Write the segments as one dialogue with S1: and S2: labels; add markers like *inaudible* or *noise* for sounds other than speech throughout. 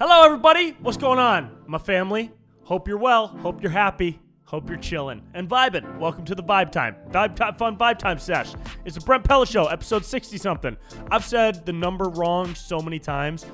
S1: Hello, everybody. What's going on, my family? Hope you're well. Hope you're happy. Hope you're chilling and vibing. Welcome to the Vibe Time. Vibe Time Fun Vibe Time Sesh. It's the Brent Pella Show, episode 60 something. I've said the number wrong so many times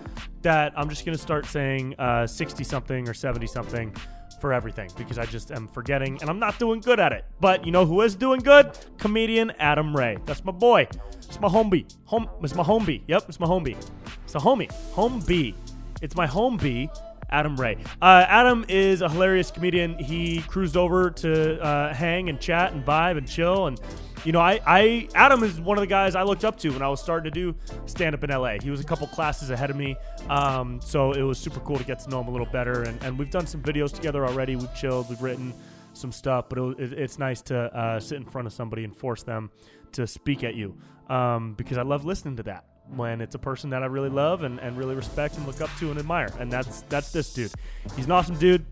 S1: that I'm just going to start saying uh, 60 something or 70 something for everything because I just am forgetting and I'm not doing good at it. But you know who is doing good? Comedian Adam Ray. That's my boy. It's my homie. Home. It's my homie. Yep, it's my homie. It's a homie. Homie. It's my home bee, Adam Ray. Uh, Adam is a hilarious comedian. He cruised over to uh, hang and chat and vibe and chill. And, you know, I, I Adam is one of the guys I looked up to when I was starting to do stand up in LA. He was a couple classes ahead of me. Um, so it was super cool to get to know him a little better. And, and we've done some videos together already. We've chilled, we've written some stuff, but it, was- it, it's nice to uh, sit in front of somebody and force them to speak at you um, because I love listening to that when it's a person that I really love and, and really respect and look up to and admire. And that's that's this dude. He's an awesome dude.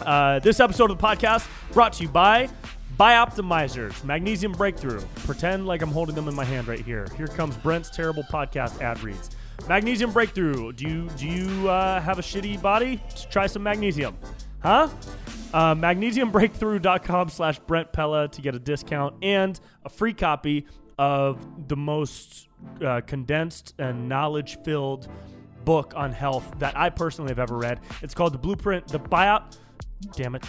S1: Uh, this episode of the podcast brought to you by Bioptimizers, Magnesium Breakthrough. Pretend like I'm holding them in my hand right here. Here comes Brent's terrible podcast ad reads. Magnesium Breakthrough. Do you do you uh, have a shitty body? Just try some magnesium, huh? Uh, magnesiumbreakthrough.com slash Brent Pella to get a discount and a free copy of the most uh, condensed and knowledge filled book on health that I personally have ever read. It's called The Blueprint, the Bio. Damn it.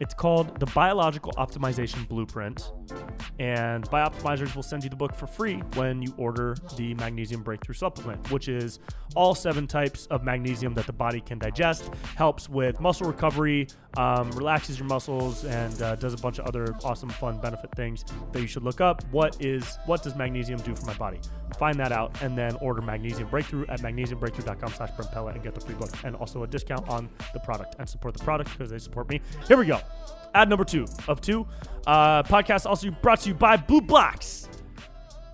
S1: It's called The Biological Optimization Blueprint. And Bioptimizers will send you the book for free when you order the Magnesium Breakthrough Supplement, which is all seven types of magnesium that the body can digest, helps with muscle recovery, um, relaxes your muscles, and uh, does a bunch of other awesome, fun benefit things that you should look up. What is what does magnesium do for my body? Find that out and then order Magnesium Breakthrough at magnesiumbreakthrough.com slash Brempella and get the free book and also a discount on the product and support the product because they support me. Here we go. Ad number two of two. Uh, podcast also brought to you by Blue Blocks.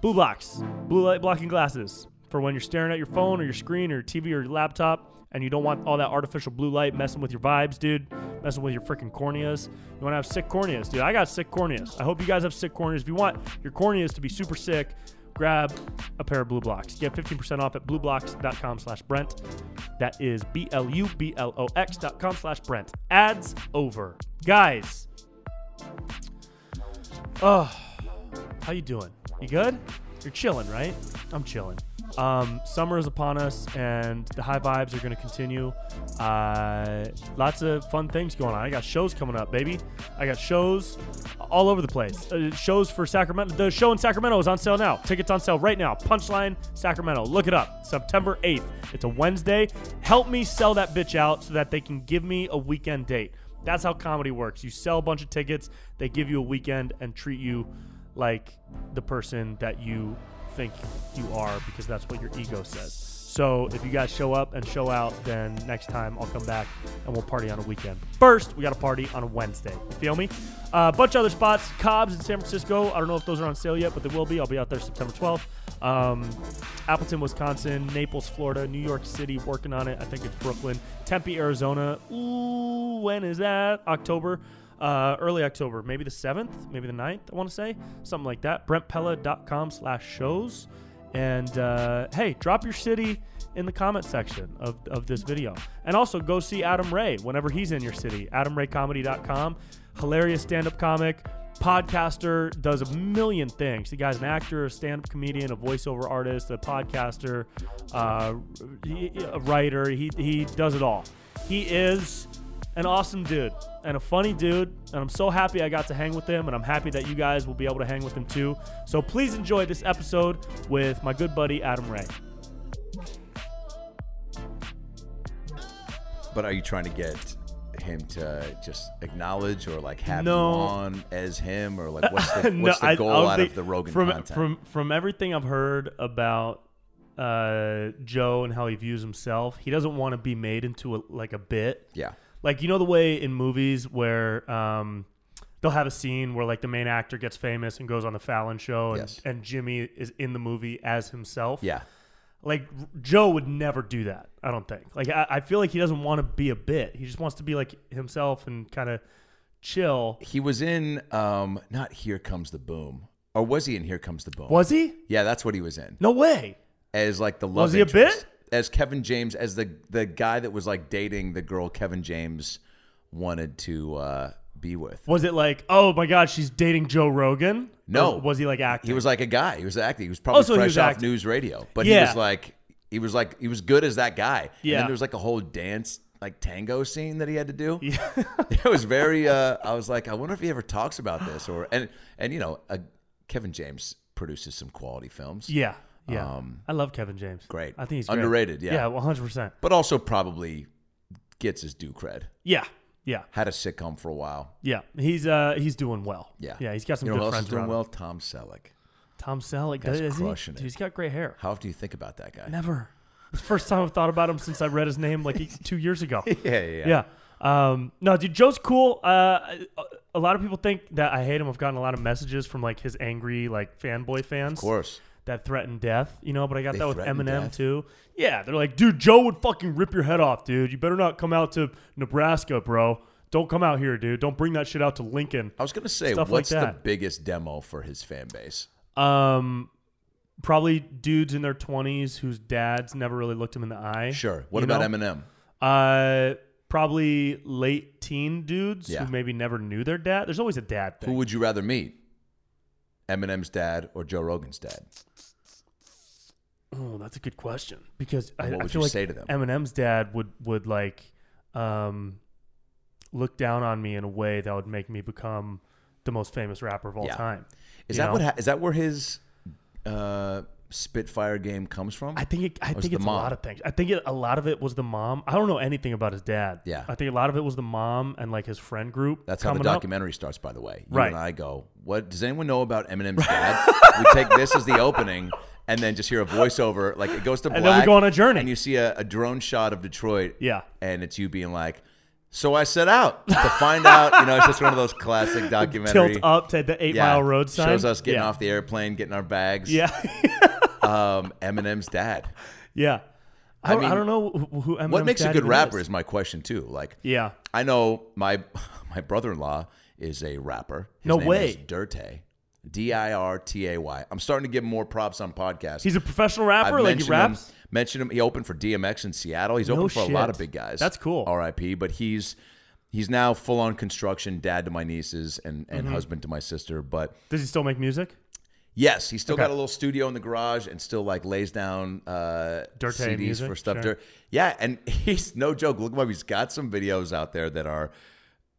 S1: Blue blocks, blue light blocking glasses for when you're staring at your phone or your screen or your TV or your laptop and you don't want all that artificial blue light messing with your vibes, dude, messing with your freaking corneas. You want to have sick corneas, dude. I got sick corneas. I hope you guys have sick corneas. If you want your corneas to be super sick, grab a pair of blue blocks. Get 15% off at blueblocks.com slash Brent. That is B L U B L O X dot com slash Brent. Ads over. Guys. Oh, how you doing? You good? You're chilling, right? I'm chilling. Um, summer is upon us, and the high vibes are going to continue. Uh, lots of fun things going on. I got shows coming up, baby. I got shows all over the place. Uh, shows for Sacramento. The show in Sacramento is on sale now. Tickets on sale right now. Punchline Sacramento. Look it up. September 8th. It's a Wednesday. Help me sell that bitch out so that they can give me a weekend date. That's how comedy works. You sell a bunch of tickets, they give you a weekend and treat you like the person that you think you are because that's what your ego says. So if you guys show up and show out, then next time I'll come back and we'll party on a weekend. First, we got a party on a Wednesday. You feel me? A bunch of other spots, Cobb's in San Francisco. I don't know if those are on sale yet, but they will be. I'll be out there September 12th. Um, Appleton, Wisconsin, Naples, Florida, New York City, working on it. I think it's Brooklyn, Tempe, Arizona. Ooh, when is that? October uh, early October, maybe the 7th, maybe the 9th, I want to say, something like that. BrentPella.com slash shows. And uh, hey, drop your city in the comment section of, of this video. And also go see Adam Ray whenever he's in your city. AdamRayComedy.com. Hilarious stand up comic, podcaster, does a million things. The guy's an actor, a stand up comedian, a voiceover artist, a podcaster, uh, he- a writer. He, he does it all. He is an awesome dude and a funny dude and i'm so happy i got to hang with him and i'm happy that you guys will be able to hang with him too so please enjoy this episode with my good buddy adam ray
S2: But are you trying to get him to just acknowledge or like have
S1: No.
S2: you on as him or like what's
S1: *laughs*
S2: the, what's the goal
S1: don't
S2: out
S1: think-
S2: of the Rogan
S1: from,
S2: content?
S1: from from everything i've heard about uh, joe and how he views himself he doesn't want to be made into a, like a bit
S2: yeah,
S1: like you know the way in movies where um they'll have a scene where like the main actor gets famous and goes on the Fallon show and,
S2: Yes.
S1: and Jimmy is in the movie as himself.
S2: yeah,
S1: Like R- Joe would never do that, I don't think. Like I, I feel like he doesn't want to be a bit. He just wants to be like himself and kind of chill.
S2: he was in um not Here Comes the Boom or was he in Here Comes the Boom?
S1: Was he?
S2: yeah, that's what he was in
S1: No way.
S2: as like the love.
S1: Was he a
S2: interest.
S1: bit?
S2: as Kevin James as the the guy that was like dating the girl Kevin James wanted to uh, be with.
S1: Was it like, oh my God, she's dating Joe Rogan?
S2: No.
S1: Or was he like acting?
S2: *laughs* He was like a guy. He was acting. He was probably
S1: Oh, so he
S2: fresh
S1: was
S2: off
S1: acting.
S2: news radio, but he
S1: Yeah.
S2: was like he was like he was good as that guy. And
S1: Yeah.
S2: then there was like a whole dance like tango scene that he had to do. Yeah. *laughs* it was very. Uh, I was like, I wonder if he ever talks about this or and and you know, uh, Kevin James produces some quality films.
S1: yeah. Yeah. I love Kevin James.
S2: Um, great.
S1: I think he's great.
S2: Underrated, yeah.
S1: Yeah, 100%.
S2: But also probably gets his due cred.
S1: Yeah. Yeah.
S2: Had a sitcom for a while.
S1: Yeah. He's uh he's doing well.
S2: Yeah.
S1: Yeah. He's got some
S2: you know
S1: good
S2: who else
S1: friends
S2: is doing
S1: around him.
S2: well? Tom Selleck.
S1: Tom Selleck
S2: Guy's
S1: does
S2: crushing
S1: he?
S2: it.
S1: Dude, he's got gray hair.
S2: How often do you think about that guy?
S1: Never. *laughs* It's the first time I've thought about him since I read his name like *laughs* two years
S2: *laughs*
S1: ago.
S2: Yeah, yeah,
S1: Yeah. Um, no, dude, Joe's cool. Uh, a lot of people think that I hate him. I've gotten a lot of messages from like his angry like fanboy fans.
S2: Of course.
S1: That threaten death, you know. But I got
S2: They
S1: that with
S2: threaten
S1: Eminem
S2: death?
S1: too. Yeah, they're like, dude, Joe would fucking rip your head off, dude. You better not come out to Nebraska, bro. Don't come out here, dude. Don't bring that shit out to Lincoln.
S2: I was gonna say,
S1: Stuff like
S2: what's the
S1: that.
S2: biggest demo for his fan base?
S1: Um, probably dudes in their twenties whose dads never really looked him in the eye.
S2: Sure. What
S1: you
S2: about
S1: know?
S2: Eminem?
S1: Uh, probably late teen dudes
S2: Yeah.
S1: who maybe never knew their dad. There's always a dad
S2: Who
S1: thing.
S2: would you rather meet? Eminem's dad or Joe Rogan's dad?
S1: oh, that's a good question because I,
S2: And what
S1: I
S2: would
S1: feel
S2: you
S1: like
S2: say to them?
S1: Eminem's dad would would like um look down on me in a way that would make me become the most famous rapper of all
S2: Yeah.
S1: time.
S2: Is
S1: you
S2: that
S1: know?
S2: what? Ha- is that where his uh, Spitfire game comes from?
S1: I think it, I
S2: was
S1: think
S2: the
S1: it's a
S2: mom.
S1: lot of things. I think it, a lot of it was the mom. I don't know anything about his dad.
S2: Yeah.
S1: I think a lot of it was the mom and like his friend group.
S2: That's how the
S1: coming up.
S2: documentary starts, by the way. You
S1: Right.
S2: and I go, what does anyone know about Eminem's
S1: *laughs*
S2: dad? we take this as the opening and then just hear a voiceover, like it goes to black.
S1: And then we go on a journey.
S2: And you see a, a drone shot of Detroit.
S1: Yeah.
S2: And it's you being like, So I set out to find out, you know, it's just one of
S1: *laughs*
S2: those classic documentary
S1: Tilt up to the eight mile road sign.
S2: Shows us getting
S1: yeah.
S2: off the airplane, getting our
S1: *laughs*
S2: bags.
S1: Yeah,
S2: Um,
S1: *laughs*
S2: Eminem's dad.
S1: yeah. I, don't- I
S2: mean,
S1: don't know who, who Eminem's
S2: What makes a
S1: dad
S2: good
S1: even
S2: rapper
S1: is.
S2: is my question too. Like
S1: Yeah,
S2: I know my *laughs* my brother in law is a rapper. His
S1: No
S2: name
S1: way.
S2: Is Dirtay. D I R T A Y. I'm starting to give him more props on podcasts.
S1: he's a professional rapper. like he raps.
S2: Him, mentioned him. He opened for DMX in Seattle. He's
S1: No
S2: opened for a lot
S1: shit.
S2: of big guys.
S1: That's cool.
S2: R.I.P. But he's he's now full on construction, dad to my nieces and
S1: Mm-hmm.
S2: and husband to my sister. But
S1: Does he still make music?
S2: Yes, he's still
S1: Okay.
S2: got a little studio in the garage and still like lays down uh,
S1: Dirty
S2: CDs
S1: music,
S2: for stuff.
S1: sure.
S2: Dirt. Yeah, and *laughs* he's no joke. Look him up. He's got some videos out there that are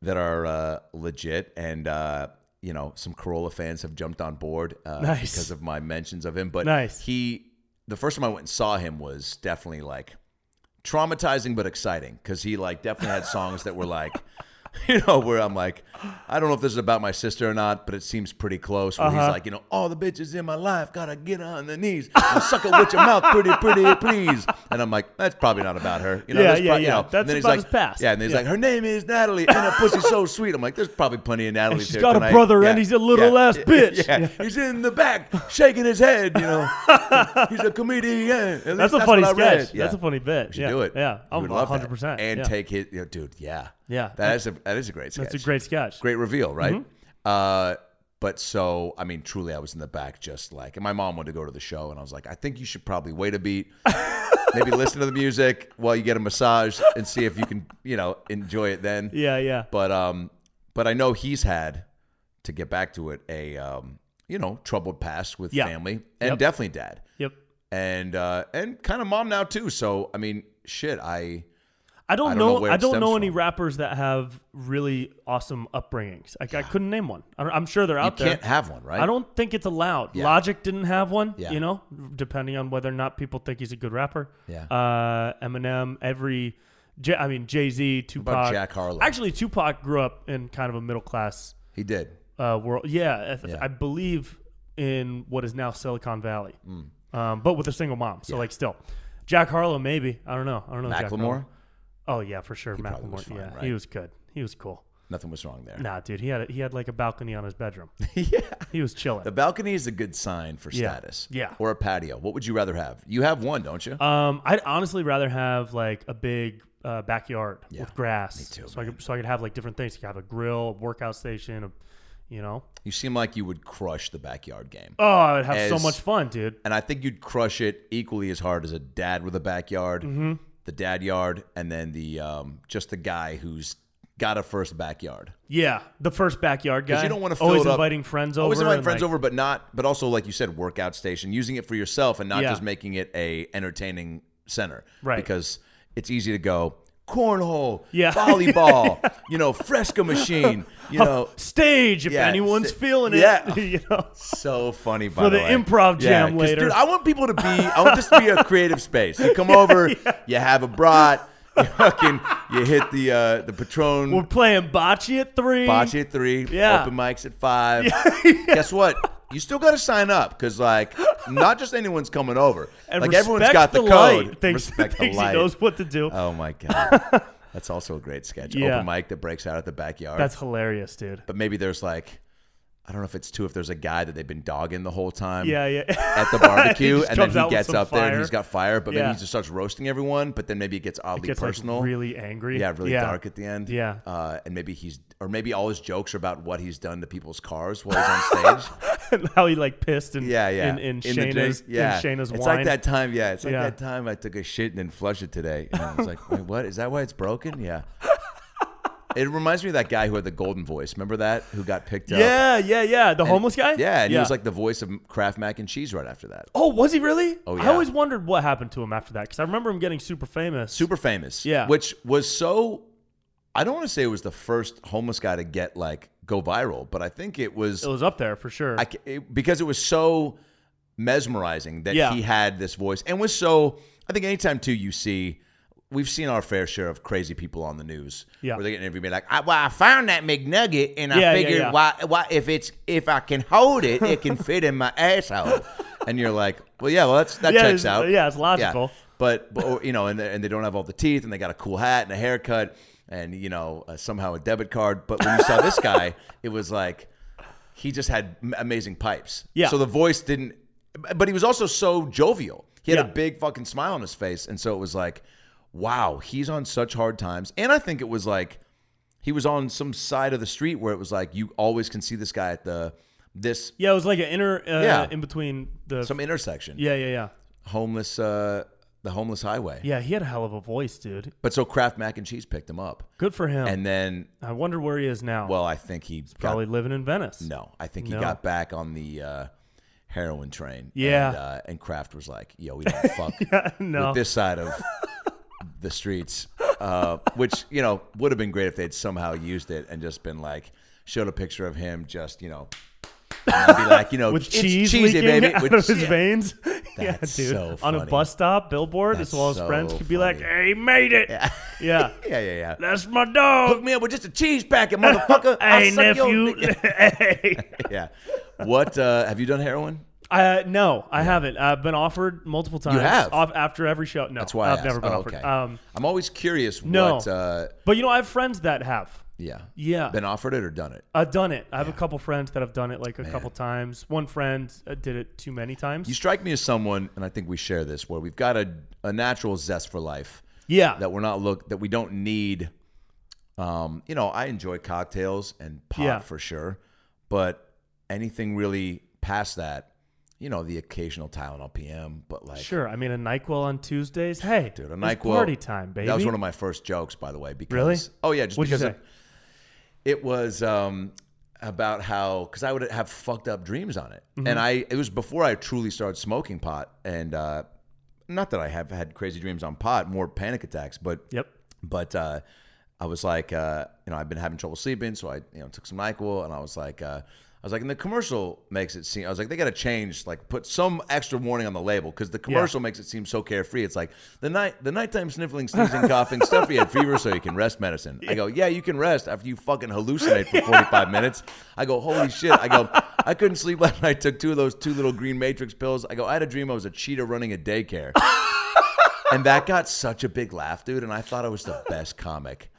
S2: that are uh, legit, and uh, you know some Corolla fans have jumped on board uh,
S1: *laughs* Nice.
S2: because of my mentions of him. But
S1: Nice.
S2: he, the first time I went and saw him was definitely like traumatizing but exciting because he like definitely had songs that were like *laughs* you know where i'm like i don't know if this is about my sister or not but it seems pretty close where
S1: Uh-huh.
S2: he's like you know all the bitches in my life gotta get on their knees and suck it with your mouth pretty pretty please and i'm like that's probably not about her you know
S1: Yeah,
S2: that's
S1: yeah,
S2: prob- you
S1: yeah.
S2: know.
S1: That's
S2: and then he's
S1: about
S2: like
S1: his past.
S2: yeah and then he's
S1: Yeah.
S2: like her name is natalie and her pussy's so sweet i'm like there's probably plenty of natalie's
S1: she's
S2: here
S1: got a
S2: tonight.
S1: brother and
S2: Yeah,
S1: he's a little
S2: yeah, *laughs*
S1: ass
S2: yeah,
S1: bitch.
S2: yeah. he's in the back shaking his head
S1: *laughs*
S2: you know he's a comedian At least
S1: That's a
S2: what
S1: funny
S2: I read.
S1: sketch. That's
S2: Yeah.
S1: a funny bit.
S2: We should
S1: yeah.
S2: do it.
S1: Yeah,
S2: We
S1: I'm
S2: would love that.
S1: 100. percent
S2: And
S1: yeah.
S2: take his, you know, dude. Yeah,
S1: Yeah.
S2: That is a that is a great sketch.
S1: That's a great Mm-hmm. sketch.
S2: great reveal, right? Uh, but so I mean, truly, I was in the back, just like, and my mom wanted to go to the show, and I was like, I think you should probably wait
S1: *laughs*
S2: a beat, maybe listen to the music while you get a massage, and see if you can, you know, enjoy it then.
S1: Yeah, yeah.
S2: But um, but I know he's had to get back to it a um, you know, troubled past with
S1: Yeah.
S2: family and
S1: Yep.
S2: definitely dad
S1: Yep.
S2: and uh, and kind of mom now too. So I mean, shit, I
S1: I don't,
S2: I don't know
S1: know.
S2: where
S1: I
S2: it
S1: don't
S2: stems
S1: know any
S2: from.
S1: rappers that have really awesome upbringings. Like I couldn't name one. I don't- I'm sure they're
S2: you
S1: out there.
S2: can't have one, right?
S1: I don't think it's allowed.
S2: Yeah.
S1: Logic didn't have one,
S2: Yeah.
S1: you know, depending on whether or not people think he's a good rapper.
S2: Yeah.
S1: Uh, Eminem, every, J- I mean, Jay Z, Tupac.
S2: Jack Harlow?
S1: Actually, Tupac grew up in kind of a middle class
S2: He did.
S1: uh, world. Yeah, I-
S2: Yeah.
S1: I believe in what is now Silicon Valley,
S2: Mm.
S1: um, but with a single mom. So, like, still. Jack Harlow, maybe. I don't know. I don't know. Jack Harlow.
S2: Macklemore,
S1: Oh, yeah, for sure.
S2: probably
S1: Macklemore.
S2: was fine,
S1: yeah,
S2: right?
S1: he was good. He was cool.
S2: nothing was wrong there.
S1: Nah, dude, he had a, he had like a balcony on his bedroom.
S2: *laughs* yeah,
S1: He was chilling.
S2: the balcony is a good sign for
S1: Yeah.
S2: status.
S1: Yeah.
S2: or a patio. What would you rather have? You have one, don't you?
S1: Um, I'd honestly rather have like a big uh, backyard
S2: Yeah,
S1: with grass,
S2: me too,
S1: so I could so I could have like different things. I could have a grill, a workout station, a, You know?
S2: You seem like you would crush the backyard game.
S1: Oh, I would have so
S2: As-
S1: much fun, dude.
S2: And I think you'd crush it equally as hard as a dad with a backyard,
S1: Mm-hmm.
S2: the dad yard, and then the um, just the guy who's got a first backyard.
S1: Yeah, the first backyard guy.
S2: Because you don't want to fill
S1: always
S2: it up.
S1: inviting friends over.
S2: Always inviting
S1: and,
S2: friends
S1: like,
S2: over, but not, but also like you said, workout station. Using it for yourself and not
S1: Yeah.
S2: just making it a entertaining center,
S1: Right.
S2: Because it's easy to go cornhole,
S1: Yeah. *laughs* Oh.
S2: volleyball, you know, fresco machine, you know.
S1: Stage if
S2: Yeah,
S1: anyone's
S2: sta-
S1: feeling it.
S2: Yeah.
S1: *laughs* you know.
S2: So funny, by
S1: For
S2: the,
S1: the
S2: way.
S1: improv jam
S2: 'cause,
S1: later.
S2: dude. I want people
S1: *laughs*
S2: to be. I want this to be a creative space. You come over, you have a brat, you fucking, you hit the uh, the patron.
S1: We're playing bocce at three.
S2: Bocce at three.
S1: Yeah.
S2: Open mics
S1: *laughs*
S2: at five. Guess what? You still got to sign up because, like, not just anyone's coming over.
S1: *laughs* And
S2: like everyone's
S1: respect
S2: got the,
S1: light.
S2: *laughs* code.
S1: Thinks, *laughs*
S2: respect the
S1: thinks
S2: light.
S1: he knows what to do. *laughs*
S2: Oh my god, that's also a great sketch.
S1: Yeah.
S2: Open mic that breaks out at the backyard.
S1: That's hilarious,
S2: *laughs*
S1: dude.
S2: but maybe there's like, I don't know if it's two. If there's a guy that they've been dogging the whole time.
S1: Yeah, *laughs* yeah.
S2: At the barbecue,
S1: just
S2: and
S1: comes
S2: then
S1: out
S2: he
S1: with
S2: gets
S1: some
S2: up there and
S1: fire.
S2: he's got fire, but
S1: Yeah.
S2: maybe he just starts roasting everyone. But then maybe it gets oddly
S1: Gets
S2: personal.
S1: like really angry.
S2: Yeah, really dark at the end.
S1: Yeah.
S2: Uh, and maybe he's, or maybe all his jokes are about what he's done to people's cars while he's
S1: *laughs*
S2: on stage.
S1: *laughs* and how he like pissed and
S2: yeah, yeah.
S1: in, in,
S2: the
S1: Shayna's,
S2: drink. yeah.
S1: in Shayna's
S2: it's
S1: wine.
S2: like that time. Yeah, it's like
S1: Yeah.
S2: that time I took a shit and then flushed it today. And I
S1: *laughs*
S2: was like, wait, what? Is that why it's broken? Yeah. It reminds me of that guy who had the golden voice. Remember that? Who got picked up?
S1: yeah, yeah, yeah. The homeless guy.
S2: Yeah, and he was like the voice of Kraft Mac and Cheese right after that.
S1: Oh, was he really?
S2: Oh,
S1: I
S2: yeah.
S1: always wondered what happened to him after that because I remember him getting super famous.
S2: super famous.
S1: Yeah.
S2: Which was so I don't want to say it was the first homeless guy to get like go viral, but I think it was,
S1: It was up there for sure.
S2: I ca- it- because it was so mesmerizing that
S1: Yeah.
S2: he had this voice and was so I think anytime too you see we've seen our fair share of crazy people on the news
S1: Yeah.
S2: where they get interviewed like I, well I found that McNugget and
S1: Yeah, yeah,
S2: I figured
S1: yeah.
S2: why why if it's if I can hold it it
S1: *laughs*
S2: can fit in my asshole and you're like well yeah well that's that
S1: Yeah,
S2: checks
S1: it's- uh,
S2: out
S1: yeah, it's logical.
S2: but, but or, you know, and, they- and they don't have all the teeth, and they got a cool hat and a haircut, and you know, uh, somehow a debit card. But when you
S1: *laughs*
S2: saw this guy, it was like he just had m- amazing pipes.
S1: Yeah.
S2: So the voice didn't, but he was also so jovial. He had
S1: Yeah.
S2: a big fucking smile on his face, and so it was like, wow, he's on such hard times. And I think it was like he was on some side of the street where it was like you always can see this guy at the this
S1: yeah, it was like an inner uh,
S2: Yeah.
S1: in between the.
S2: some intersection
S1: yeah, yeah, yeah,
S2: homeless uh the homeless highway
S1: yeah. He had a hell of a voice, dude.
S2: But so Kraft Mac and Cheese picked him up,
S1: Good for him.
S2: and then
S1: I wonder where he is now.
S2: well, I think he
S1: probably living in Venice.
S2: got, no, I think he
S1: No.
S2: got back on the uh, heroin train.
S1: Yeah.
S2: and, uh, and Kraft was like, "Yo, we
S1: *laughs*
S2: don't
S1: *laughs*
S2: fuck
S1: no.
S2: with this side of the streets," uh, which you know would have been great if they'd somehow used it and just been like showed a picture of him just you know. and I'd be like, you know,
S1: with
S2: "It's
S1: cheese
S2: cheesy,
S1: leaking
S2: baby.
S1: out
S2: with
S1: of his
S2: cheese."
S1: veins. *laughs* yeah, dude.
S2: That's so
S1: On a
S2: funny.
S1: bus stop billboard, as
S2: That's
S1: well as
S2: so
S1: friends could be like,
S2: funny.
S1: "Hey, he made it." *laughs* Yeah,
S2: Yeah, yeah, yeah.
S1: that's my dog.
S2: Hook me up with just a cheese
S1: *laughs*
S2: packet, motherfucker. *laughs* I'll
S1: hey,
S2: suck
S1: nephew.
S2: your dick. *laughs*
S1: *laughs* hey.
S2: yeah. What uh, have you done heroin?
S1: Uh, no, I haven't. I've been offered multiple times.
S2: have?
S1: off- after every show. No,
S2: That's why I
S1: I've never
S2: asked.
S1: been
S2: Oh,
S1: offered.
S2: okay.
S1: Um,
S2: I'm always curious
S1: No.
S2: what uh
S1: but you know, I have friends that have.
S2: yeah.
S1: Yeah.
S2: Been offered it or done it.
S1: I've done it. I have a couple friends that have done it like a couple times. One friend uh, did it too many times.
S2: You strike me as someone and I think we share this where we've got a a natural zest for life
S1: yeah.
S2: that we're not look that we don't need um you know, I enjoy cocktails and pop
S1: Yeah.
S2: for sure, but anything really past that, you know, the occasional Tylenol PM, but like
S1: Sure. I mean, a Nyquil on Tuesdays. Hey,
S2: Dude, a
S1: it's
S2: NyQuil.
S1: party time, baby.
S2: That was one of my first jokes, by the way. Because,
S1: Really?
S2: Oh yeah, just
S1: What'd you
S2: because
S1: say?
S2: It, it was um, about how because I would have fucked up dreams on it,
S1: Mm-hmm.
S2: and I it was before I truly started smoking pot, and uh, not that I have had crazy dreams on pot, more panic attacks, but
S1: Yep.
S2: but uh, I was like, uh, you know, I've been having trouble sleeping, so I you know took some Nyquil, and I was like, uh, I was like, and the commercial makes it seem, I was like, they got to change, like, put some extra warning on the label because the commercial makes it seem so carefree. It's like the night, the nighttime sniffling, sneezing, *laughs* coughing, stuff. You had fever, so you can rest medicine. I go, yeah, you can rest after you fucking hallucinate for 45 minutes. I go, holy shit. I go, I couldn't sleep last *laughs* night. I took two of those two little green matrix pills. I go, I had a dream I was a cheetah running a daycare and that got such a big laugh, dude. And I thought I was the best comic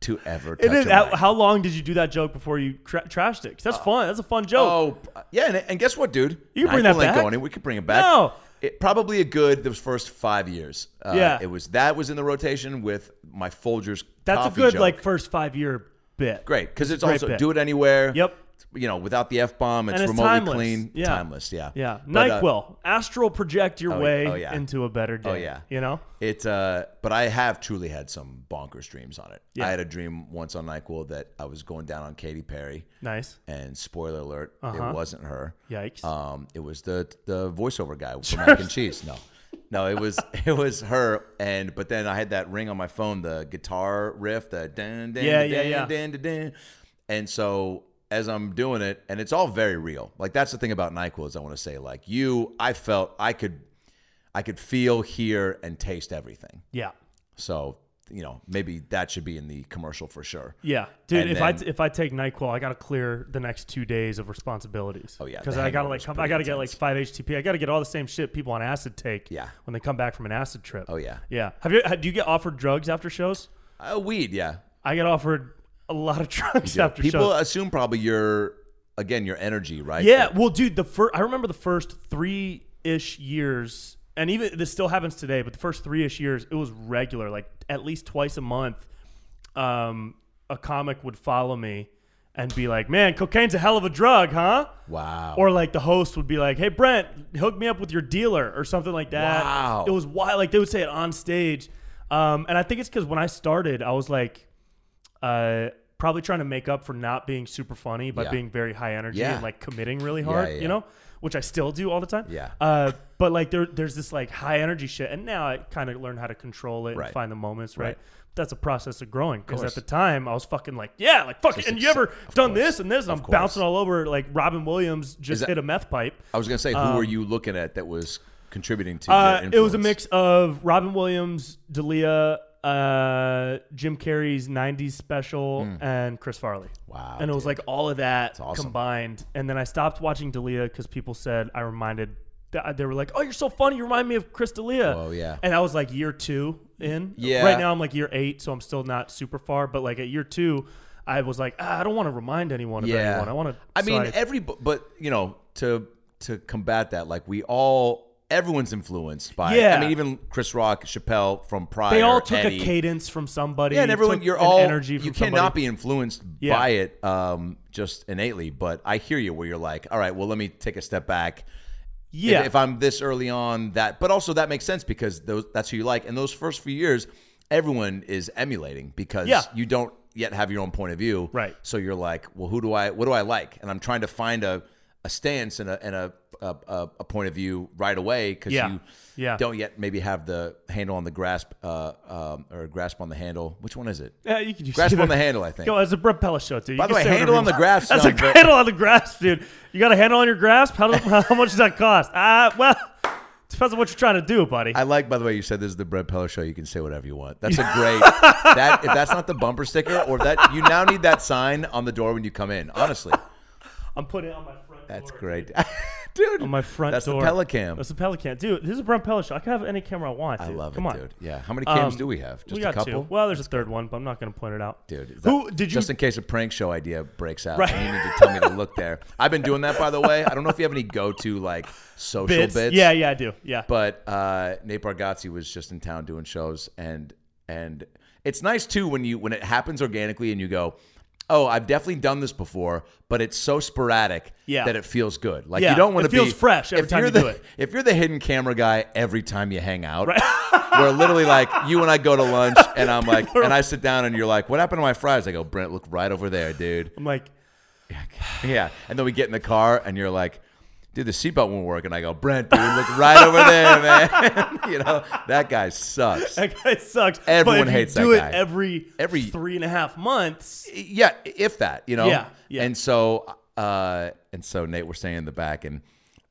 S2: to ever touch
S1: It is,
S2: a
S1: how,
S2: mic.
S1: how long did you do that joke before you tra- trashed it? 'Cause that's fun. That's a fun joke.
S2: Uh, Oh yeah, and, and guess what, dude?
S1: You can bring that
S2: Nyquil ain't
S1: back.
S2: Going in. We could bring it back.
S1: No.
S2: It, probably a good those first five years. Uh,
S1: Yeah.
S2: it was that was in the rotation with my Folgers.
S1: that's a
S2: coffee
S1: good
S2: joke.
S1: like first five year bit.
S2: great because it's
S1: great
S2: also
S1: bit.
S2: do it anywhere.
S1: Yep.
S2: you know, without the f bomb, it's,
S1: And it's
S2: remotely
S1: timeless.
S2: clean,
S1: Yeah.
S2: timeless. Yeah,
S1: Yeah,
S2: But, uh,
S1: Nyquil, astral project your
S2: oh,
S1: way
S2: oh, yeah.
S1: into a better day.
S2: Oh, yeah.
S1: you know.
S2: It, uh, but I have truly had some bonkers dreams on it.
S1: Yeah.
S2: I had a dream once on Nyquil that I was going down on Katy Perry,
S1: Nice.
S2: and spoiler alert,
S1: Uh-huh.
S2: it wasn't her.
S1: Yikes.
S2: Um, it was the the voiceover guy from Mac and Cheese. No, no, it was *laughs* it was her. And but then I had that ring on my phone, the guitar riff, the dun dun
S1: Yeah,
S2: dun,
S1: yeah,
S2: dun,
S1: yeah.
S2: dun, dun, dun. And so as I'm doing it, and it's all very real. Like that's the thing about Nyquil is I want to say like you, I felt I could, I could feel, hear, and taste everything.
S1: yeah.
S2: So you know maybe that should be in the commercial for sure.
S1: Yeah, dude.
S2: And
S1: If I
S2: then-
S1: if I take Nyquil, I gotta clear the next two days of responsibilities.
S2: Oh, yeah,
S1: because
S2: the
S1: I gotta like
S2: hangover's
S1: come, I
S2: pretty
S1: gotta get like
S2: intense.
S1: five HTP. I gotta get all the same shit people on acid take.
S2: Yeah.
S1: when they come back from an acid trip.
S2: Oh yeah,
S1: yeah. Have you? ha- Do you get offered drugs after shows?
S2: uh, weed. Yeah,
S1: I get offered a lot of *laughs* drugs
S2: Yeah,
S1: after
S2: people
S1: shows.
S2: assume probably your again your energy, right?
S1: Yeah, well, dude, the first I remember the first three ish years, and even this still happens today. But the first three ish years, it was regular, like at least twice a month. Um, a comic would follow me and be like, "Man, cocaine's a hell of a drug, huh?"
S2: Wow.
S1: Or like the host would be like, "Hey, Brent, hook me up with your dealer or something like that."
S2: Wow.
S1: It was wild. Like they would say it on stage, um, and I think it's because when I started, I was like, uh, probably trying to make up for not being super funny by
S2: Yeah.
S1: being very high energy
S2: Yeah.
S1: and like committing really hard,
S2: yeah,
S1: you
S2: yeah.
S1: know, which I still do all the time.
S2: Yeah.
S1: Uh, but like there, there's this like high energy shit, and now I kind of learn how to control it
S2: Right.
S1: and find the moments right.
S2: Right.
S1: That's a process of growing because at
S2: course.
S1: the time I was fucking like, yeah, like fuck it.
S2: Just
S1: And you
S2: accept-
S1: ever
S2: of
S1: done
S2: course.
S1: this and this? And I'm
S2: Of course.
S1: bouncing all over. Like Robin Williams just
S2: that-
S1: hit a meth pipe.
S2: I was gonna say, who were you looking at that was contributing to?
S1: um, Uh,
S2: your
S1: it was a
S2: influence?
S1: mix of Robin Williams, Dalia, uh, Jim Carrey's '90s special, and Chris Farley.
S2: Hmm. Wow,
S1: And it was
S2: dude.
S1: like all of that
S2: awesome.
S1: combined. And then I stopped watching Dalia because people said I reminded. th- They were like, "Oh, you're so funny. You remind me of Chris D'Elia."
S2: Oh, yeah.
S1: And I was like year two in.
S2: Yeah.
S1: Right now I'm like year eight, so I'm still not super far. But like at year two, I was like, ah, I don't want to remind anyone of
S2: Yeah.
S1: anyone. I want to.
S2: I mean, every but you know to to combat that, like we all everyone's influenced by.
S1: Yeah.
S2: I mean, even Chris Rock, Chappelle from Pryor.
S1: they all took
S2: Eddie.
S1: a cadence from somebody.
S2: Yeah, and everyone,
S1: took
S2: you're
S1: an
S2: all
S1: energy. From
S2: you
S1: somebody.
S2: cannot be influenced
S1: Yeah.
S2: by it um, just innately. But I hear you, where you're like, all right, well, let me take a step back. if-
S1: Yeah.
S2: if, I'm this early on that but also that makes sense because those that's who you like and those first few years everyone is emulating because
S1: Yeah.
S2: you don't yet have your own point of view
S1: Right.
S2: so you're like well who do I what do I like and I'm trying to find a a stance and a and a a, a, a point of view right away because
S1: Yeah.
S2: you
S1: Yeah.
S2: don't yet maybe have the handle on the grasp uh, um, or grasp on the handle which one is it
S1: Yeah, you can just
S2: grasp
S1: either-
S2: on the handle I think
S1: Yo, it's a Brett Pella show, dude. You
S2: By
S1: can
S2: the way,
S1: say whatever
S2: handle
S1: you
S2: on the
S1: want.
S2: grasp
S1: *laughs* That's
S2: sounds
S1: a
S2: very-
S1: handle on the grasp, dude. You got a handle on your grasp? How, do, *laughs* how much does that cost? Ah, well, *laughs* depends on what you're trying to do, buddy.
S2: I like, by the way, you said this is the Brett Peller show. You can say whatever you want. That's a
S1: *laughs*
S2: great. that if that's not the bumper sticker or that you now need that sign on the door when you come in. Honestly,
S1: I'm putting it on my front
S2: that's
S1: door.
S2: great, *laughs* dude.
S1: On my front
S2: that's
S1: door.
S2: the Pelicam.
S1: That's the Pelican. Dude, this is a Brett Pella show. I can have any camera I want,
S2: I
S1: dude.
S2: love
S1: Come
S2: it,
S1: on.
S2: dude. Yeah. How many cams
S1: Um,
S2: do we have? Just
S1: we got
S2: a couple.
S1: two. Well, there's a third one, but I'm not going to point it out.
S2: Dude, is
S1: Who
S2: that-
S1: did you?
S2: Just in case a prank show idea breaks out,
S1: Right.
S2: you need to tell me to look there. I've been doing that, by the way. I don't know if you have any
S1: *laughs*
S2: go-to like social
S1: bits?
S2: bits.
S1: Yeah, yeah, I do. Yeah.
S2: But uh, Nate Bargatze was just in town doing shows, and and it's nice too when you when it happens organically, and you go, "Oh, I've definitely done this before," but it's so sporadic
S1: Yeah.
S2: that it feels good. Like
S1: Yeah,
S2: you don't want
S1: it
S2: to be
S1: feels fresh every
S2: if
S1: time
S2: you're
S1: you
S2: the,
S1: do it.
S2: *laughs* If you're the hidden camera guy every time you hang
S1: *laughs*
S2: out, where literally like you and I go to lunch, and I'm like, and I sit down, and you're like, "What happened to my fries?" I go, "Brent, look right over there, dude."
S1: I'm like,
S2: *sighs* Yeah. And then we get in the car and you're like, dude, the seatbelt won't work. And I go, Brent, dude, look right over there, man. *laughs* you know, that guy sucks.
S1: that guy sucks.
S2: Everyone
S1: but if
S2: hates
S1: you
S2: that
S1: do
S2: guy.
S1: it every,
S2: Every-
S1: three and a half months.
S2: Yeah, if that, you know?
S1: Yeah, yeah.
S2: And so uh and so Nate we're standing in the back and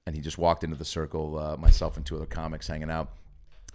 S2: and he just walked into the circle, uh, myself and two other comics hanging out.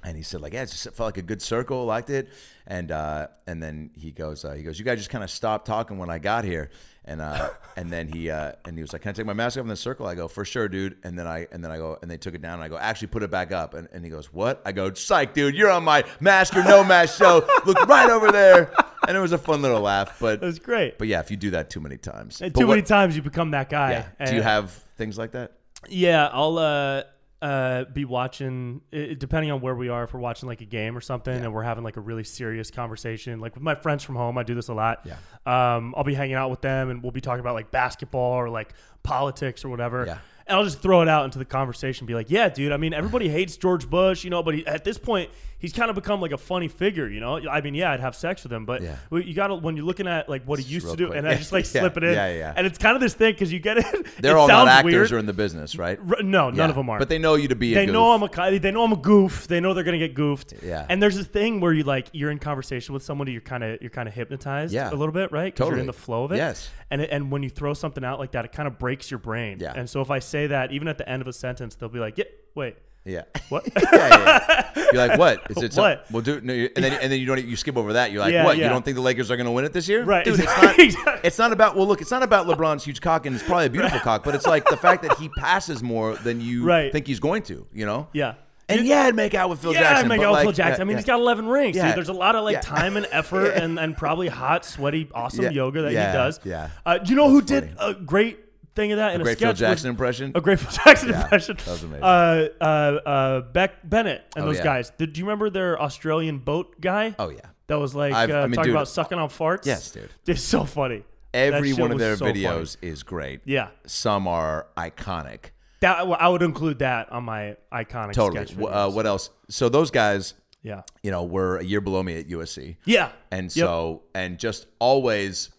S2: And he said, like, yeah, it just felt like a good circle, liked it. And uh, and then he goes, uh, he goes, you guys just kind of stopped talking when I got here. And
S1: *laughs*
S2: uh, and then he uh, and he was like, can I take my mask off in the circle? I go, for sure, dude. And then I and then I go, and they took it down. And I go, actually, put it back up. And, and he goes, what? I go, psych, dude, you're on my mask or no mask
S1: *laughs*
S2: show. Look right over there. And it was a fun little laugh, but
S1: It was great.
S2: but yeah, if you do that too many times,
S1: And
S2: But
S1: Uh, too
S2: what-
S1: many uh, times you become that guy.
S2: Yeah. Do
S1: And-
S2: you have things like that?
S1: Yeah, I'll. Uh, uh, be watching, it, depending on where we are, if we're watching like a game or something and we're having like a really serious conversation, like with my friends from home, I do this a lot.
S2: Yeah.
S1: Um, I'll be hanging out with them and we'll be talking about like basketball or like politics or whatever.
S2: Yeah.
S1: And I'll just throw it out into the conversation, be like, yeah, dude, I mean,
S2: *sighs*
S1: everybody hates George Bush, you know, but he, at this point, he's kind of become like a funny figure, you know? I mean, yeah, I'd have sex with him, but
S2: Yeah.
S1: we- you got to, when you're looking at like what he used to
S2: real
S1: do,
S2: quick.
S1: and I just like
S2: *laughs* Yeah,
S1: slip it in.
S2: yeah, yeah.
S1: And it's kind of this thing because you get it.
S2: They're
S1: it
S2: all not
S1: sounds
S2: actors
S1: weird.
S2: or in the business, right?
S1: R- No, none
S2: Yeah.
S1: of them are.
S2: But they know you to be a
S1: They
S2: goof.
S1: know I'm a co- they know I'm a goof. They know they're gonna get goofed.
S2: Yeah.
S1: And there's this thing where you like you're in conversation with somebody, you're kind of you're kind of hypnotized
S2: Yeah.
S1: a little bit, right? 'Cause You're in
S2: Totally.
S1: the flow of it.
S2: Yes.
S1: And it, and when you throw something out like that, it kind of breaks your brain.
S2: Yeah.
S1: And so if I say that, even at the end of a sentence, they'll be like, "Yeah, wait,
S2: *laughs* Yeah.
S1: *laughs* what?"
S2: *laughs* yeah, yeah, yeah. You're like,
S1: *laughs*
S2: what? Is it some-
S1: What?
S2: Well, dude, no, you- and then and then you don't you skip over that. You're like,
S1: Yeah,
S2: what?
S1: yeah.
S2: You don't think the Lakers are going to win it this year,
S1: Right, *laughs*
S2: Dude,
S1: exactly.
S2: it's not.
S1: Exactly.
S2: It's not about. Well, look, it's not about LeBron's huge cock, and it's probably a beautiful cock, but it's like the fact that he passes more than you
S1: Right.
S2: think he's going to. You know.
S1: yeah.
S2: And yeah, I'd make out with Phil
S1: Yeah,
S2: Jackson.
S1: I make
S2: but
S1: out with
S2: like-
S1: Phil Jackson.
S2: yeah,
S1: I mean,
S2: yeah.
S1: he's got 11 rings.
S2: Yeah.
S1: Dude, there's a lot of like
S2: Yeah.
S1: time and
S2: *laughs*
S1: effort and, and probably hot, sweaty, awesome
S2: Yeah.
S1: yoga that
S2: Yeah.
S1: he does.
S2: Yeah.
S1: Uh, do you know who did a
S2: funny.
S1: great thing of that in a,
S2: great
S1: sketch?
S2: Phil
S1: was-
S2: Jackson impression.
S1: A *laughs* great Phil Jackson
S2: Yeah,
S1: impression.
S2: that was amazing.
S1: Uh, uh, uh, Beck Bennett and
S2: Oh,
S1: those
S2: yeah.
S1: guys. Did, do you remember their Australian boat guy?
S2: Oh yeah.
S1: That was like
S2: I've-
S1: uh,
S2: I mean,
S1: talking
S2: dude-
S1: about sucking on farts.
S2: Yes, dude.
S1: *laughs* It's so funny. That
S2: Every
S1: shit
S2: one of
S1: was
S2: their
S1: so funny.
S2: videos is great.
S1: Yeah.
S2: Some are iconic.
S1: That well, I would include that on my iconic
S2: Totally.
S1: sketch.
S2: Wh- Uh,
S1: videos.
S2: what else? So those guys,
S1: yeah.
S2: you know, were a year below me at USC.
S1: Yeah.
S2: And
S1: Yep.
S2: so, and just always,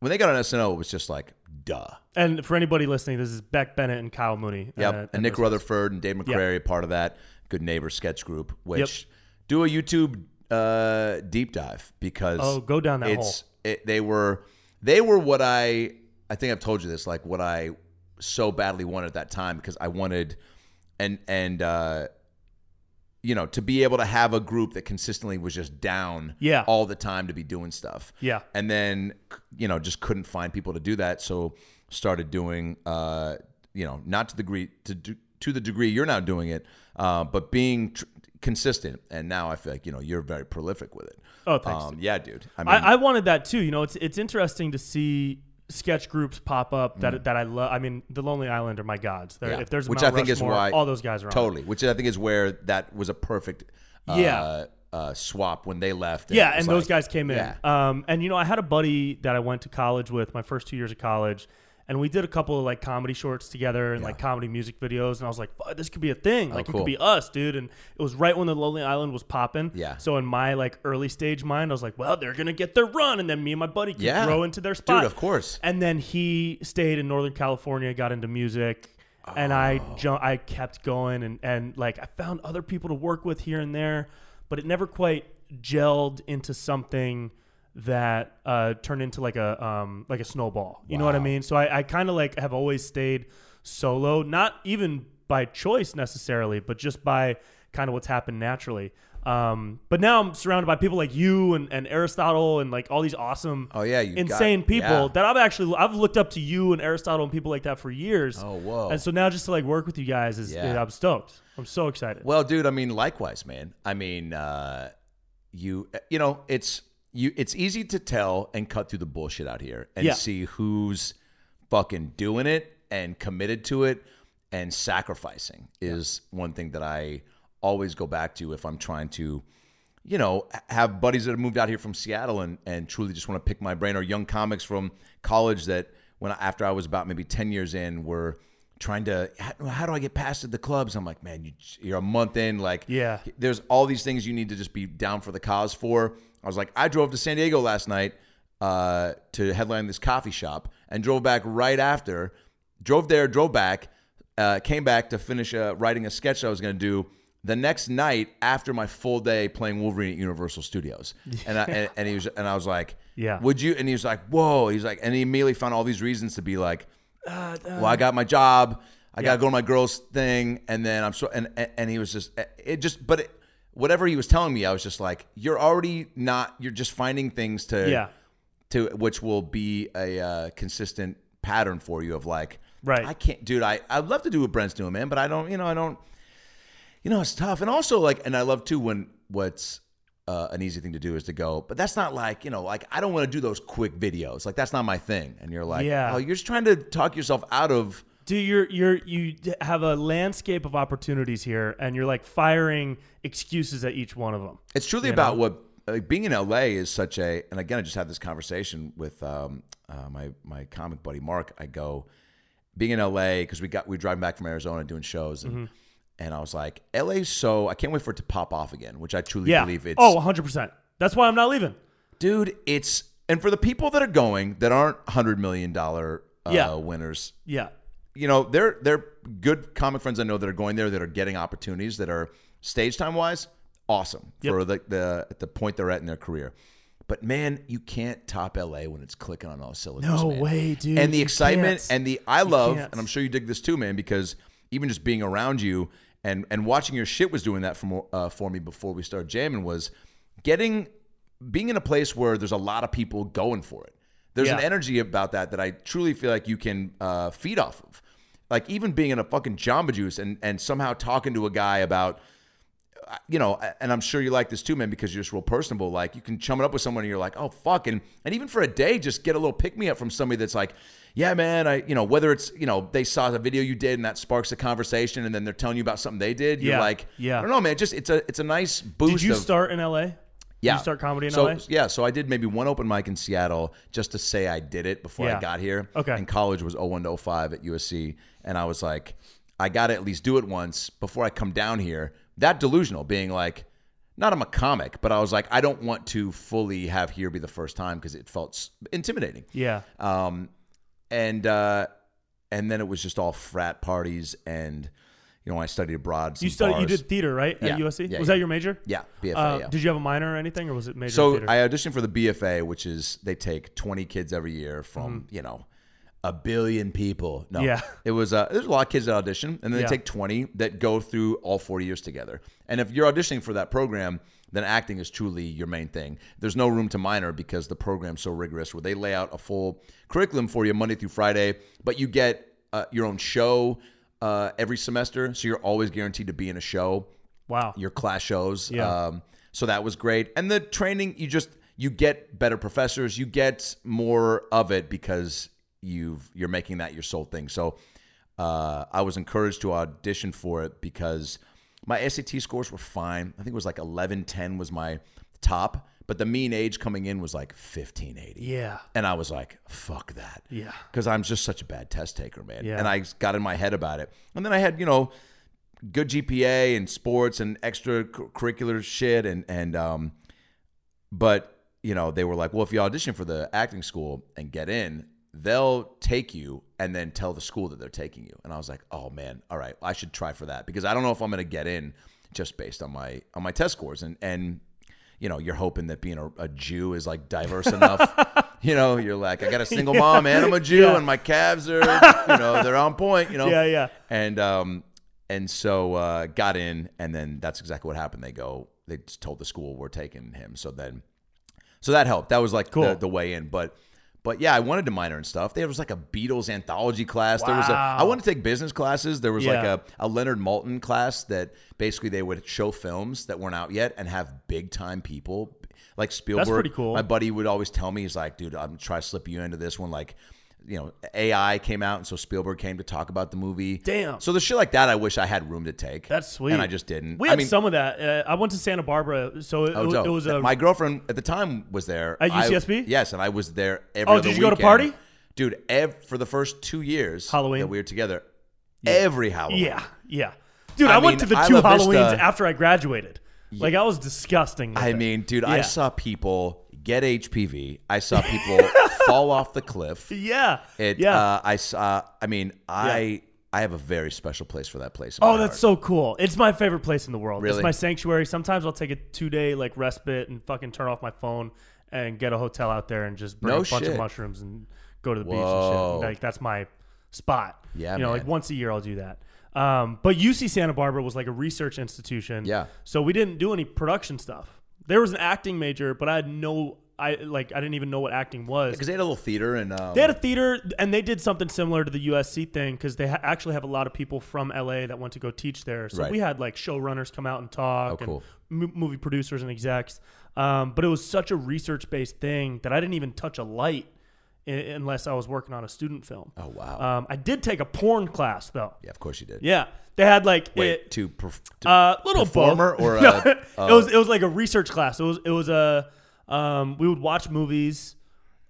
S2: when they got on SNL, it was just like, duh.
S1: And for anybody listening, this is Beck Bennett and Kyle Mooney.
S2: Yep.
S1: Uh,
S2: and, Nick
S1: those-
S2: Rutherford and Dave McCrary, part of that Good Neighbor sketch group, which do a YouTube uh, deep dive because
S1: Oh, go down that
S2: it's it, they were they were what I I think I've told you this like what I so badly wanted at that time because I wanted and and uh, you know to be able to have a group that consistently was just down
S1: Yeah.
S2: all the time to be doing stuff
S1: Yeah.
S2: and then c- you know just couldn't find people to do that so started doing uh you know not to the degree to do, to the degree you're now doing it uh, but being tr- consistent and now i feel like you know you're very prolific with it
S1: Oh, thanks.
S2: um, yeah dude i mean
S1: I, I wanted that too. You know, it's it's interesting to see sketch groups pop up that that I love. I mean, The Lonely Island are my gods. They're,
S2: Mm. yeah.
S1: If there's a
S2: which
S1: Mount
S2: i think
S1: Rushmore,
S2: is why
S1: all those guys are on. it.
S2: totally which i think is where that was a perfect uh,
S1: Yeah.
S2: uh, swap when they left
S1: Yeah,
S2: it was
S1: and those
S2: like-
S1: guys came in.
S2: yeah.
S1: Um, and you know, I had a buddy that I went to college with my first two years of college, and we did a couple of like comedy shorts together and like comedy music videos. And I was like, "Fuck, this could be a thing. Like it could
S2: Oh, cool.
S1: be us, dude. And it was right when the Lonely Island was popping.
S2: Yeah.
S1: So in my like early stage mind, I was like, well, they're gonna get their run, and then me and my buddy can
S2: Yeah.
S1: grow into their spot.
S2: of course.
S1: And then he stayed in Northern California, got into music. And I
S2: Oh.
S1: jump, I kept going, and, and like I found other people to work with here and there, but it never quite gelled into something that uh, turned into like a um, like a snowball. You know what I mean? So I, I kind of like have always stayed solo, not even by choice necessarily, but just by kind of what's happened naturally. Um, but now I'm surrounded by people like you and, and Aristotle and like all these awesome
S2: Oh, yeah, you've got-
S1: insane people
S2: yeah.
S1: that I've actually I've looked up to you and Aristotle and people like that for years.
S2: Oh, whoa.
S1: And so now just to like work with you guys is
S2: Yeah.
S1: I'm stoked. I'm so excited.
S2: Well, dude, I mean, likewise, man. I mean, uh, you you know, it's you. It's easy to tell and cut through the bullshit out here and
S1: Yeah.
S2: see who's fucking doing it and committed to it and sacrificing is one thing that I always go back to if I'm trying to you know, h- have buddies that have moved out here from Seattle and, and truly just want to pick my brain, or young comics from college that when I, after I was about maybe ten years in were trying to how, how do I get past at the clubs? I'm like, man, you, you're a month in, like,
S1: Yeah.
S2: there's all these things you need to just be down for the cause for. I was like, I drove to San Diego last night uh, to headline this coffee shop and drove back right after, drove there, drove back, uh, came back to finish uh, writing a sketch I was going to do the next night after my full day playing Wolverine at Universal Studios. And I, and, and he was and I was like,
S1: Yeah.
S2: would you? And he was like, whoa. He's like, and he immediately found all these reasons to be like, well, I got my job. I got to go to my girl's thing, and then I'm so and and- and he was just it just but it, whatever he was telling me, I was just like, you're already not. You're just finding things to
S1: Yeah.
S2: to which will be a uh, consistent pattern for you of like
S1: Right.
S2: I can't, dude. I I'd love to do what Brent's doing, man, but I don't. You know, I don't. You know, it's tough, and also like, and I love too when what's. Uh, an easy thing to do is to go, but that's not like you know, like I don't want to do those quick videos. Like that's not my thing. And you're like,
S1: Yeah.
S2: oh, you're just trying to talk yourself out of
S1: do you're you're you d- have a landscape of opportunities here, and you're like firing excuses at each one of them.
S2: It's truly about what like, being in LA is such a. And again, I just had this conversation with um, uh, my my comic buddy Mark. I go being in LA because we got we were driving back from Arizona doing shows,
S1: Mm-hmm.
S2: and and I was like, LA's so I can't wait for it to pop off again, which I truly
S1: Yeah.
S2: believe it's.
S1: oh, 100. percent That's why I'm not leaving.
S2: dude, it's and for the people that are going that aren't hundred million dollar uh,
S1: Yeah.
S2: winners,
S1: Yeah.
S2: you know, they're they're good comic friends I know that are going there that are getting opportunities that are stage time wise awesome for the, the at the point they're at in their career. But man, you can't top LA when it's clicking on all cylinders.
S1: No
S2: man.
S1: way, dude.
S2: And the
S1: You
S2: excitement
S1: can't.
S2: and the I love,
S1: can't.
S2: and I'm sure you dig this too, man, because even just being around you and and watching your shit was doing that for uh, for me before we started jamming was getting being in a place where there's a lot of people going for it. There's an
S1: Yeah.
S2: energy about that that I truly feel like you can uh, feed off of. Like even being in a fucking Jamba Juice and and somehow talking to a guy about uh, you know, and I'm sure you like this too, man, because you're just real personable. Like you can chum it up with someone and you're like, oh fuck. And, and even for a day, just get a little pick me up from somebody that's like, yeah, man, I you know, whether it's, you know, they saw the video you did and that sparks a conversation and then they're telling you about something they did, you're
S1: Yeah,
S2: like,
S1: yeah.
S2: I don't know, man. Just it's a it's a nice boost.
S1: Did you
S2: of,
S1: start in L.A.? Did
S2: yeah.
S1: you start comedy in
S2: so,
S1: L.A.
S2: Yeah, so I did maybe one open mic in Seattle just to say I did it before
S1: Yeah.
S2: I got here.
S1: Okay.
S2: And college was 01 to 05 at USC. And I was like, I got to at least do it once before I come down here. That delusional being like, not I'm a comic, but I was like, I don't want to fully have here be the first time because it felt s- intimidating
S1: Yeah.
S2: and uh, and then it was just all frat parties and you know I studied abroad. Some
S1: you studied. You
S2: bars.
S1: did theater, right?
S2: Yeah.
S1: At USC.
S2: Yeah,
S1: was
S2: yeah.
S1: that your major?
S2: yeah BFA
S1: Uh,
S2: yeah.
S1: Did you have a minor or anything, or was it major?
S2: So
S1: theater?
S2: I auditioned for the BFA, which is they take 20 kids every year from you know a billion people. No,
S1: Mm-hmm. Yeah.
S2: it was uh, there's a lot of kids that audition, and then
S1: Yeah.
S2: they take 20 that go through all four years together. And if you're auditioning for that program, then acting is truly your main thing. There's no room to minor because the program's so rigorous, where they lay out a full curriculum for you Monday through Friday, but you get uh, your own show uh, every semester, so you're always guaranteed to be in a show
S1: wow.
S2: your class shows.
S1: Yeah.
S2: Um, so that was great. And the training, you just you get better professors, you get more of it because you've you're making that your sole thing. So uh, I was encouraged to audition for it because my SAT scores were fine. I think it was like 1110 was my top, but the mean age coming in was like 1580.
S1: Yeah.
S2: And I was like, fuck that.
S1: Yeah.
S2: Because I'm just such a bad test taker, man.
S1: Yeah.
S2: And I got in my head about it. And then I had, you know, good GPA and sports and extracurricular shit. And, and, um, but, you know, they were like, well, if you audition for the acting school and get in, they'll take you and then tell the school that they're taking you. And I was like, oh man, all right, I should try for that because I don't know if I'm going to get in just based on my, on my test scores. And, and, you know, you're hoping that being a, a Jew is like
S1: *laughs*
S2: diverse enough. You know, you're like, I got a single mom and I'm a Jew,
S1: Yeah.
S2: and my calves
S1: *laughs*
S2: are, you know, they're on point. You know,
S1: Yeah, yeah.
S2: And um, and so uh, got in, and then that's exactly what happened. They go, they just told the school we're taking him. So then, so that helped. That was like
S1: Cool.
S2: the, the way in, but. But yeah, I wanted to minor in stuff. There was like a Beatles anthology class. There was a
S1: Wow.
S2: I wanted to take business classes. There was like
S1: Yeah.
S2: a, a Leonard Malton class that basically they would show films that weren't out yet and have big time people like Spielberg.
S1: pretty cool.
S2: My buddy would always tell me, he's like, dude, I'm gonna try to slip you into this one. Like, you know, AI came out, and so Spielberg came to talk about the movie.
S1: Damn.
S2: So the shit like that, I wish I had room to take.
S1: That's sweet.
S2: And I just didn't.
S1: We
S2: I
S1: had
S2: mean,
S1: some of that. Uh, I went to Santa Barbara, so it,
S2: oh,
S1: was-
S2: dope.
S1: it was a
S2: my girlfriend at the time was there
S1: At
S2: I-
S1: UCSB?
S2: yes, and I was there every.
S1: Oh,
S2: other
S1: did you go to
S2: weekend.
S1: party?
S2: Dude, ev- for the first two years
S1: Halloween?
S2: that we were together, every Halloween.
S1: yeah, yeah. Dude, I,
S2: I
S1: went to
S2: mean,
S1: the
S2: I
S1: two
S2: love
S1: Halloweens
S2: Vista.
S1: after I graduated. Like I was disgusting. with
S2: I
S1: it.
S2: mean, dude,
S1: Yeah.
S2: I saw people get HPV.
S1: *laughs*
S2: I saw people fall off the cliff.
S1: yeah,
S2: It,
S1: yeah.
S2: Uh, I saw. I mean, I I have a very special place for that place. in
S1: oh,
S2: my
S1: that's so
S2: heart.
S1: cool. It's my favorite place in the world. It's
S2: Really?
S1: my sanctuary. Sometimes I'll take a two day like respite and fucking turn off my phone and get a hotel out there and just bring
S2: No
S1: a bunch of
S2: shit.
S1: mushrooms and go to the beach and
S2: Whoa.
S1: shit. Like that's my spot.
S2: Yeah,
S1: you know, like
S2: man.
S1: once a year I'll do that. Um, but UC Santa Barbara was like a research institution.
S2: Yeah.
S1: So we didn't do any production stuff. There was an acting major, but I had no, I like, I didn't even know what acting was.
S2: because they had a little theater and um,
S1: They had a theater, and they did something similar to the USC thing because they ha- actually have a lot of people from LA that went to go teach there. So
S2: Right.
S1: we had like showrunners come out and talk,
S2: Oh, cool.
S1: and m- movie producers and execs. Um, but it was such a research based thing that I didn't even touch a light i- unless I was working on a student film.
S2: Oh, wow.
S1: Um, I did take a porn class though.
S2: yeah, of course you did.
S1: Yeah, they had like
S2: Wait,
S1: it,
S2: to, perf- to
S1: uh, little both.
S2: performer
S1: *laughs*
S2: or
S1: No,
S2: a-
S1: it was it was like a research class. It was it was a um, we would watch movies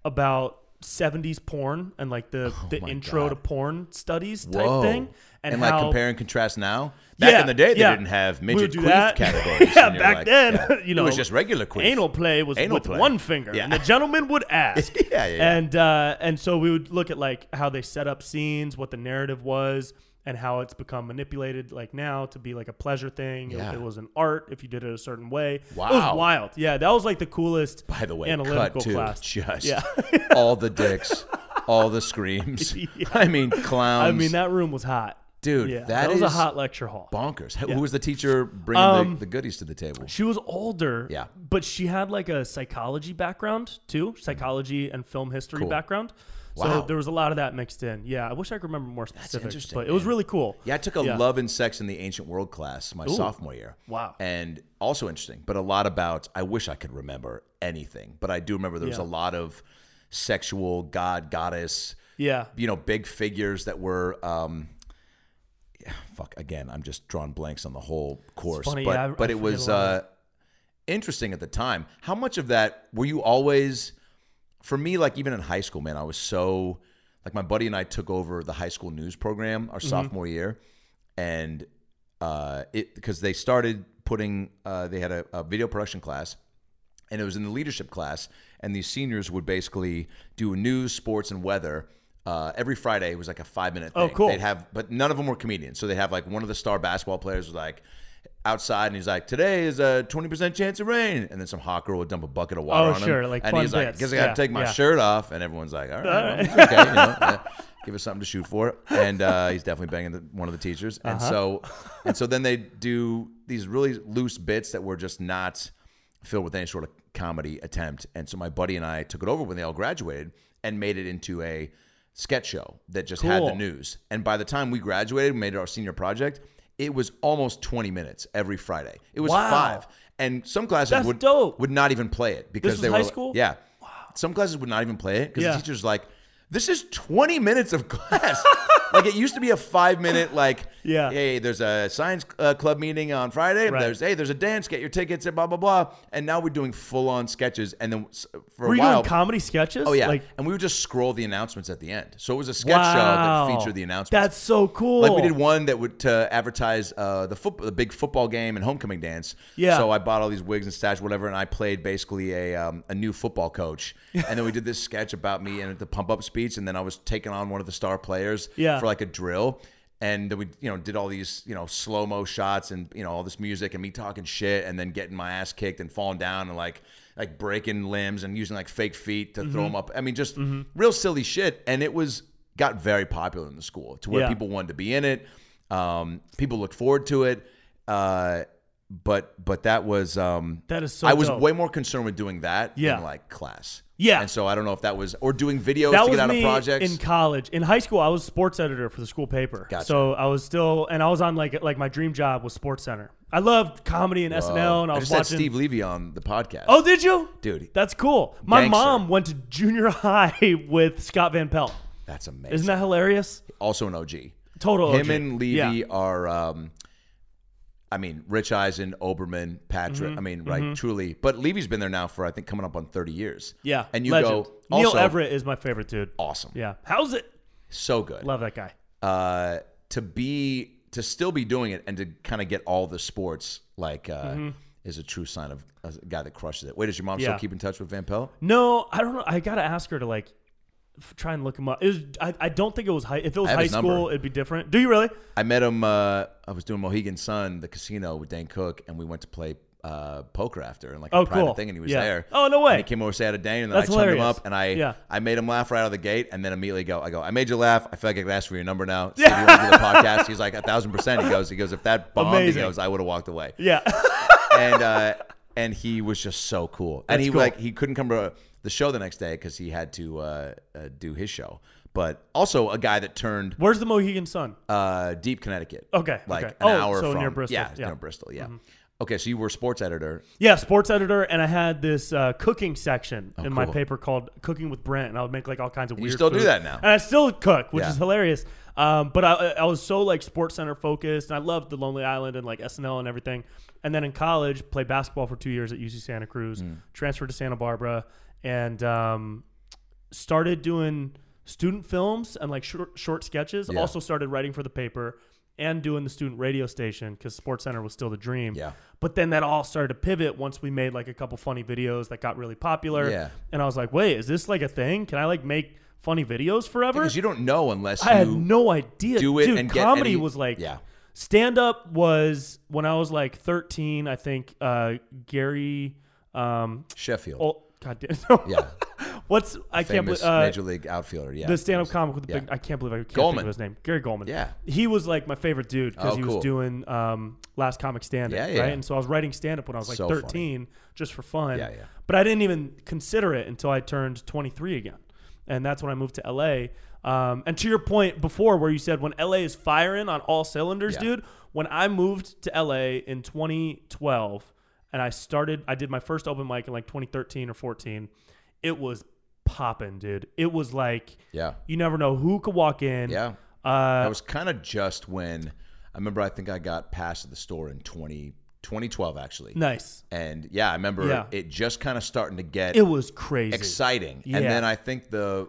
S1: about. 70s porn and like the, the
S2: Oh my
S1: intro
S2: God.
S1: to porn studies type
S2: Whoa.
S1: thing
S2: and,
S1: and,
S2: like
S1: how,
S2: compare and contrast now. Back
S1: Yeah,
S2: in the day, they
S1: yeah.
S2: didn't have
S1: We would
S2: midget
S1: do
S2: queef
S1: that. *laughs*
S2: categories.
S1: yeah,
S2: and you're
S1: back
S2: like,
S1: then,
S2: yeah.
S1: *laughs* you know,
S2: it was just regular queef.
S1: Anal play was
S2: Anal
S1: with
S2: play.
S1: one finger,
S2: Yeah.
S1: and the gentleman
S2: *laughs*
S1: would ask.
S2: Yeah, yeah, yeah.
S1: And uh, and so we would look at like how they set up scenes, what the narrative was, and how it's become manipulated like now to be like a pleasure thing. It-
S2: Yeah.
S1: It, was an art if you did it a certain way. it
S2: Wow.
S1: was wild. Yeah, that was like the coolest.
S2: By the way,
S1: analytical
S2: cut to
S1: class.
S2: just
S1: yeah,
S2: *laughs* all the dicks, all the screams.
S1: *laughs*
S2: I mean, clowns.
S1: I mean that room was hot,
S2: Dude,
S1: Yeah,
S2: that
S1: was a
S2: is
S1: hot lecture hall.
S2: bonkers. Who- Who was the teacher bringing the, the goodies to the table?
S1: She was older.
S2: Yeah. Mm-hmm.
S1: But she had like a psychology background too, psychology and film history background.
S2: Wow.
S1: So there was a lot of that mixed in. Yeah, I wish I could remember more specifics,
S2: interesting,
S1: but it was really cool.
S2: Yeah, I took a
S1: Yeah.
S2: love and sex in the ancient world class my sophomore year.
S1: Wow.
S2: And also interesting, but a lot about, I wish I could remember anything, but I do remember there was
S1: Yeah.
S2: a lot of sexual god, goddess,
S1: Yeah.
S2: you know, big figures that were, um, yeah, fuck, again, I'm just drawing blanks on the whole course.
S1: funny,
S2: but
S1: yeah, I-
S2: but
S1: I
S2: it
S1: forget
S2: was
S1: a lot
S2: uh, interesting at the time. How much of that were you always, for me, like even in high school, man, I was so, like my buddy and I took over the high school news program
S1: Mm-hmm.
S2: our sophomore year. And uh, it, because they started putting, uh, they had a, a video production class and it was in the leadership class and these seniors would basically do news sports and weather uh, every friday it was like a five minute thing
S1: Oh, cool.
S2: they'd have but none of them were comedians so they have like one of the star basketball players was like outside and he's like today is a 20% chance of rain and then some hot girl would dump a bucket of water
S1: Oh,
S2: on
S1: sure,
S2: him
S1: like
S2: and
S1: fun
S2: he's like
S1: bits.
S2: guess i gotta
S1: Yeah,
S2: take my
S1: yeah.
S2: shirt off and everyone's like all right, well, it's okay you know, yeah, give us something to shoot for and uh, he's definitely banging the, one of the teachers and
S1: Uh-huh.
S2: so and so then they do these really loose bits that were just not filled with any sort of comedy attempt. And so my buddy and I took it over when they all graduated and made it into a sketch show that just had the
S1: Cool.
S2: news. And by the time we graduated, we made it our senior project, it was almost 20 minutes every Friday. It was
S1: Wow.
S2: five. And some classes
S1: That's
S2: would
S1: dope.
S2: would not even play it because
S1: was
S2: they
S1: high
S2: were
S1: school?
S2: Yeah. Some classes would not even play it because
S1: Yeah.
S2: the teacher's like, this is 20 minutes of *laughs* class. like it used to be a five minute, like,
S1: Yeah.
S2: hey, there's a science uh, club meeting on Friday.
S1: Right.
S2: There's, hey, there's a dance, get your tickets, and blah, blah, blah. And now we're doing full on sketches. And then s- for
S1: Were
S2: a
S1: you
S2: while.
S1: doing comedy sketches?
S2: oh, yeah.
S1: Like
S2: and we would just scroll the announcements at the end. So it was a sketch
S1: wow.
S2: show that featured the announcements.
S1: That's so cool.
S2: Like we did one that would to advertise uh, the football, the big football game and homecoming dance.
S1: Yeah.
S2: So I bought all these wigs and stash, whatever, and I played basically a um, a new football coach.
S1: *laughs*
S2: and then we did this sketch about me and the pump up speech, and then I was taking on one of the star players
S1: Yeah.
S2: for like a drill. And then we, you know, did all these, you know, slow mo shots and you know all this music and me talking shit and then getting my ass kicked and falling down and like like breaking limbs and using like fake feet to throw 'em
S1: Mm-hmm.
S2: throw them up. I mean, just real silly shit. And it was got very popular in the school to where
S1: Yeah.
S2: people people wanted to be in it. Um, people looked forward to it. Uh, but but that was um,
S1: That is so
S2: I was
S1: dope.
S2: way more concerned with doing that
S1: Yeah.
S2: than like class.
S1: Yeah.
S2: And so I don't know if that was or doing videos
S1: that
S2: to
S1: was
S2: get out
S1: me
S2: of projects.
S1: in college. In high school, I was sports editor for the school paper.
S2: Gotcha.
S1: So I was still, and I was on like like my dream job was Sports Center. I loved comedy and SNL, and I
S2: I
S1: was
S2: just had
S1: watching
S2: Steve Levy on the podcast.
S1: Oh, did you?
S2: Dude.
S1: That's cool. My
S2: Gangster.
S1: mom went to junior *laughs* high with Scott Van Pelt.
S2: that's amazing.
S1: Isn't that hilarious?
S2: also an OG?
S1: Total
S2: Him
S1: OG.
S2: and Levy
S1: Yeah.
S2: are. Um, I mean, Rich Eisen, Oberman, Patrick.
S1: Mm-hmm,
S2: I mean, right, truly. But Levy's been there now for I think coming up on thirty years.
S1: Yeah.
S2: and you
S1: legend.
S2: go
S1: Neil
S2: also
S1: Everett is my favorite dude.
S2: awesome.
S1: Yeah. How's it?
S2: so good.
S1: Love that guy.
S2: uh, to be to still be doing it and to kind of get all the sports like uh, is a true sign of a guy that crushes it. Wait, does your mom
S1: Mm-hmm. Yeah.
S2: still keep in touch with Van Pelt?
S1: No, I don't know. I gotta ask her to like f- try and look him up. It was, I, I don't think it was high. If it was
S2: I have
S1: high
S2: his number.
S1: school, it'd be different. Do you really?
S2: I met him. Uh, I was doing Mohegan Sun, the casino with Dan Cook, and we went to play uh, poker after and like
S1: Oh,
S2: a private
S1: cool.
S2: thing, and he was
S1: Yeah.
S2: there.
S1: Oh, no way.
S2: And he came over and said to Dan, and then
S1: That's
S2: I chummed him
S1: hilarious.
S2: up, and I
S1: Yeah.
S2: I made him laugh right out of the gate, and then immediately go, I go, I made you laugh. I feel like I could ask for your number
S1: *laughs*
S2: now. See if you want to do the podcast. He's like a thousand percent. He goes, he goes, if that bombed,
S1: Amazing.
S2: he goes, I would have walked away.
S1: Yeah. *laughs*
S2: and uh, and he was just so cool. and
S1: That's
S2: he
S1: cool.
S2: like he couldn't come to the show the next day because he had to uh, uh, do his show. But also a guy that turned
S1: Where's the Mohegan Sun?
S2: uh, deep Connecticut.
S1: Okay,
S2: like
S1: okay.
S2: an
S1: Oh,
S2: hour
S1: so
S2: from
S1: near Bristol, yeah.
S2: Yeah,
S1: Mm-hmm.
S2: near Bristol. Yeah. Okay, so you were sports editor.
S1: Yeah, sports editor, and I had this uh, cooking section in my
S2: Oh, cool.
S1: paper called "Cooking with Brent," and I would make like all kinds of
S2: You
S1: weird.
S2: still do
S1: food.
S2: that now.
S1: and I still cook, which
S2: Yeah.
S1: is hilarious. Um, but I, I was so like sports center focused, and I loved the Lonely Island and like SNL and everything. And then in college, played basketball for two years at UC Santa Cruz,
S2: Hmm.
S1: transferred to Santa Barbara, and um, started doing student films and like short, short sketches.
S2: Yeah.
S1: Also started writing for the paper and doing the student radio station because Sports Center was still the dream.
S2: Yeah.
S1: But then that all started to pivot once we made like a couple funny videos that got really popular.
S2: Yeah.
S1: And I was like, wait, is this like a thing? Can I like make funny videos forever?
S2: Because you don't know unless
S1: I had
S2: you
S1: no idea.
S2: do it
S1: Dude,
S2: and get
S1: comedy
S2: any-
S1: was like
S2: Yeah.
S1: Stand up was when I was like 13, I think uh Gary um
S2: Sheffield.
S1: oh god damn. *laughs*
S2: yeah.
S1: What's I can't
S2: Famous
S1: believe uh,
S2: major league outfielder. Yeah.
S1: the stand up comic with the
S2: Yeah.
S1: big I can't believe I can't think
S2: Goldman.
S1: of his name. Gary Goldman.
S2: Yeah.
S1: He was like my favorite dude because
S2: Oh,
S1: he was
S2: cool.
S1: doing um last comic stand up.
S2: Yeah, yeah.
S1: Right. And so I was writing stand up when I was like
S2: So funny.
S1: thirteen just for fun.
S2: Yeah, yeah.
S1: But I didn't even consider it until I turned twenty three again. And that's when I moved to LA. Um, and to your point before where you said when LA is firing on all cylinders,
S2: Yeah.
S1: dude, when I moved to LA in twenty twelve and I started I did my first open mic in like twenty thirteen or fourteen, it was popping, dude. It was like
S2: Yeah.
S1: you never know who could walk in.
S2: Yeah.
S1: Uh,
S2: That was kind of just when I remember I think I got passed at the store in 20, 2012 actually.
S1: nice.
S2: And yeah, I remember
S1: Yeah.
S2: it just kind of starting to get
S1: It was crazy.
S2: exciting.
S1: Yeah.
S2: And then I think the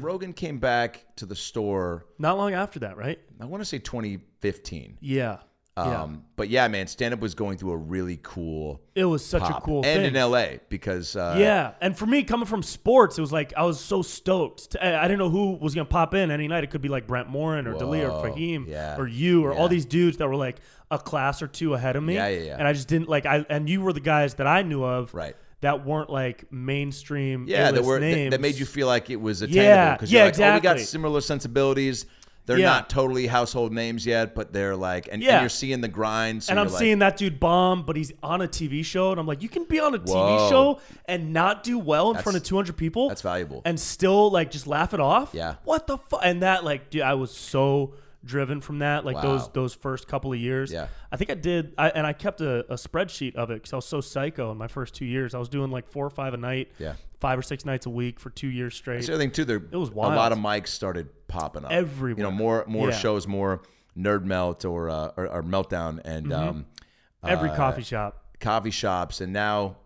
S2: Rogan came back to the store
S1: Not long after that, right?
S2: I want to say 2015.
S1: Yeah.
S2: Um,
S1: yeah.
S2: But yeah, man, stand up was going through a really cool
S1: It was such a
S2: pop.
S1: cool
S2: and
S1: thing.
S2: in LA because uh,
S1: yeah. And for me, coming from sports, it was like I was so stoked. To, I I didn't know who was going to pop in any night. It could be like Brent Morin or Dalia
S2: Whoa,
S1: or Fahim
S2: yeah,
S1: or you or all
S2: yeah.
S1: these dudes that were like a class or two ahead of me.
S2: Yeah, yeah, yeah.
S1: And I just didn't like, I and you were the guys that I knew of.
S2: Right.
S1: That weren't like mainstream.
S2: yeah, that
S1: A-list
S2: were that,
S1: names.
S2: that made you feel like it was attainable
S1: Yeah,
S2: because
S1: yeah,
S2: you're like, oh, we
S1: exactly.
S2: got similar sensibilities. They're
S1: Yeah.
S2: not totally household names yet, but they're like, and,
S1: Yeah.
S2: and you're seeing the grind. So
S1: and
S2: you're
S1: I'm
S2: like,
S1: seeing that dude bomb, but he's on a TV show, and I'm like, you can be on a TV
S2: Whoa.
S1: show and not do well in front of 200 people.
S2: that's valuable.
S1: And still like just laugh it off.
S2: Yeah.
S1: What the fuck? And that like, dude, I was so driven from that. Like those
S2: Wow.
S1: those first couple of years.
S2: Yeah.
S1: I think I did, I, and I kept a, a spreadsheet of it because I was so psycho in my first two years. I was doing like four or five a night.
S2: Yeah.
S1: Five or six nights a week for two years straight.
S2: That's the other thing too. There, it
S1: was
S2: A
S1: wild.
S2: lot of mics started popping up
S1: Everywhere.
S2: You know, more more
S1: Yeah.
S2: shows, more nerd melt or uh, or, or meltdown, and
S1: Mm-hmm.
S2: um,
S1: Every coffee shop.
S2: coffee shops and now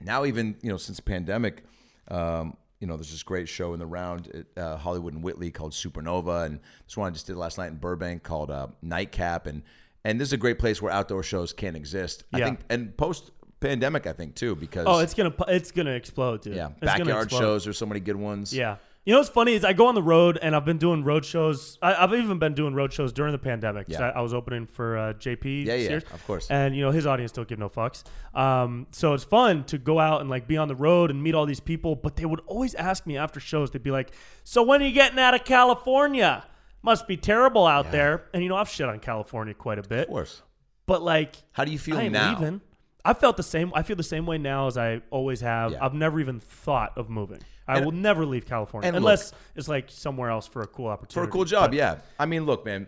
S2: now even you know since the pandemic um, you know there's this great show in the round at uh, hollywood and whitley called supernova and this one i just did last night in burbank called uh, nightcap and and this is a great place where outdoor shows can exist i
S1: Yeah.
S2: think and post pandemic i think too because
S1: Oh, it's gonna pu- it's gonna explode, dude.
S2: yeah
S1: It's gonna
S2: backyard
S1: explode.
S2: shows there's so many good ones
S1: Yeah. You know what's funny is I go on the road and I've been doing road shows. I, I've even been doing road shows during the pandemic. 'cause
S2: Yeah.
S1: I, I was opening for uh, JP.
S2: Yeah, yeah,
S1: Sears.
S2: of course.
S1: And you know his audience don't give no fucks. Um, so it's fun to go out and like be on the road and meet all these people. But they would always ask me after shows. They'd be like, "So when are you getting out of California? Must be terrible out there." And you know I've shit on California quite a bit.
S2: of course
S1: But like
S2: how do you feel
S1: I am
S2: now
S1: leaving. I felt the same. I feel the same way now as I always have.
S2: Yeah.
S1: I've never even thought of moving. I will never leave California
S2: and
S1: unless it's like somewhere else for a cool
S2: for
S1: opportunity.
S2: a cool job yeah i mean look man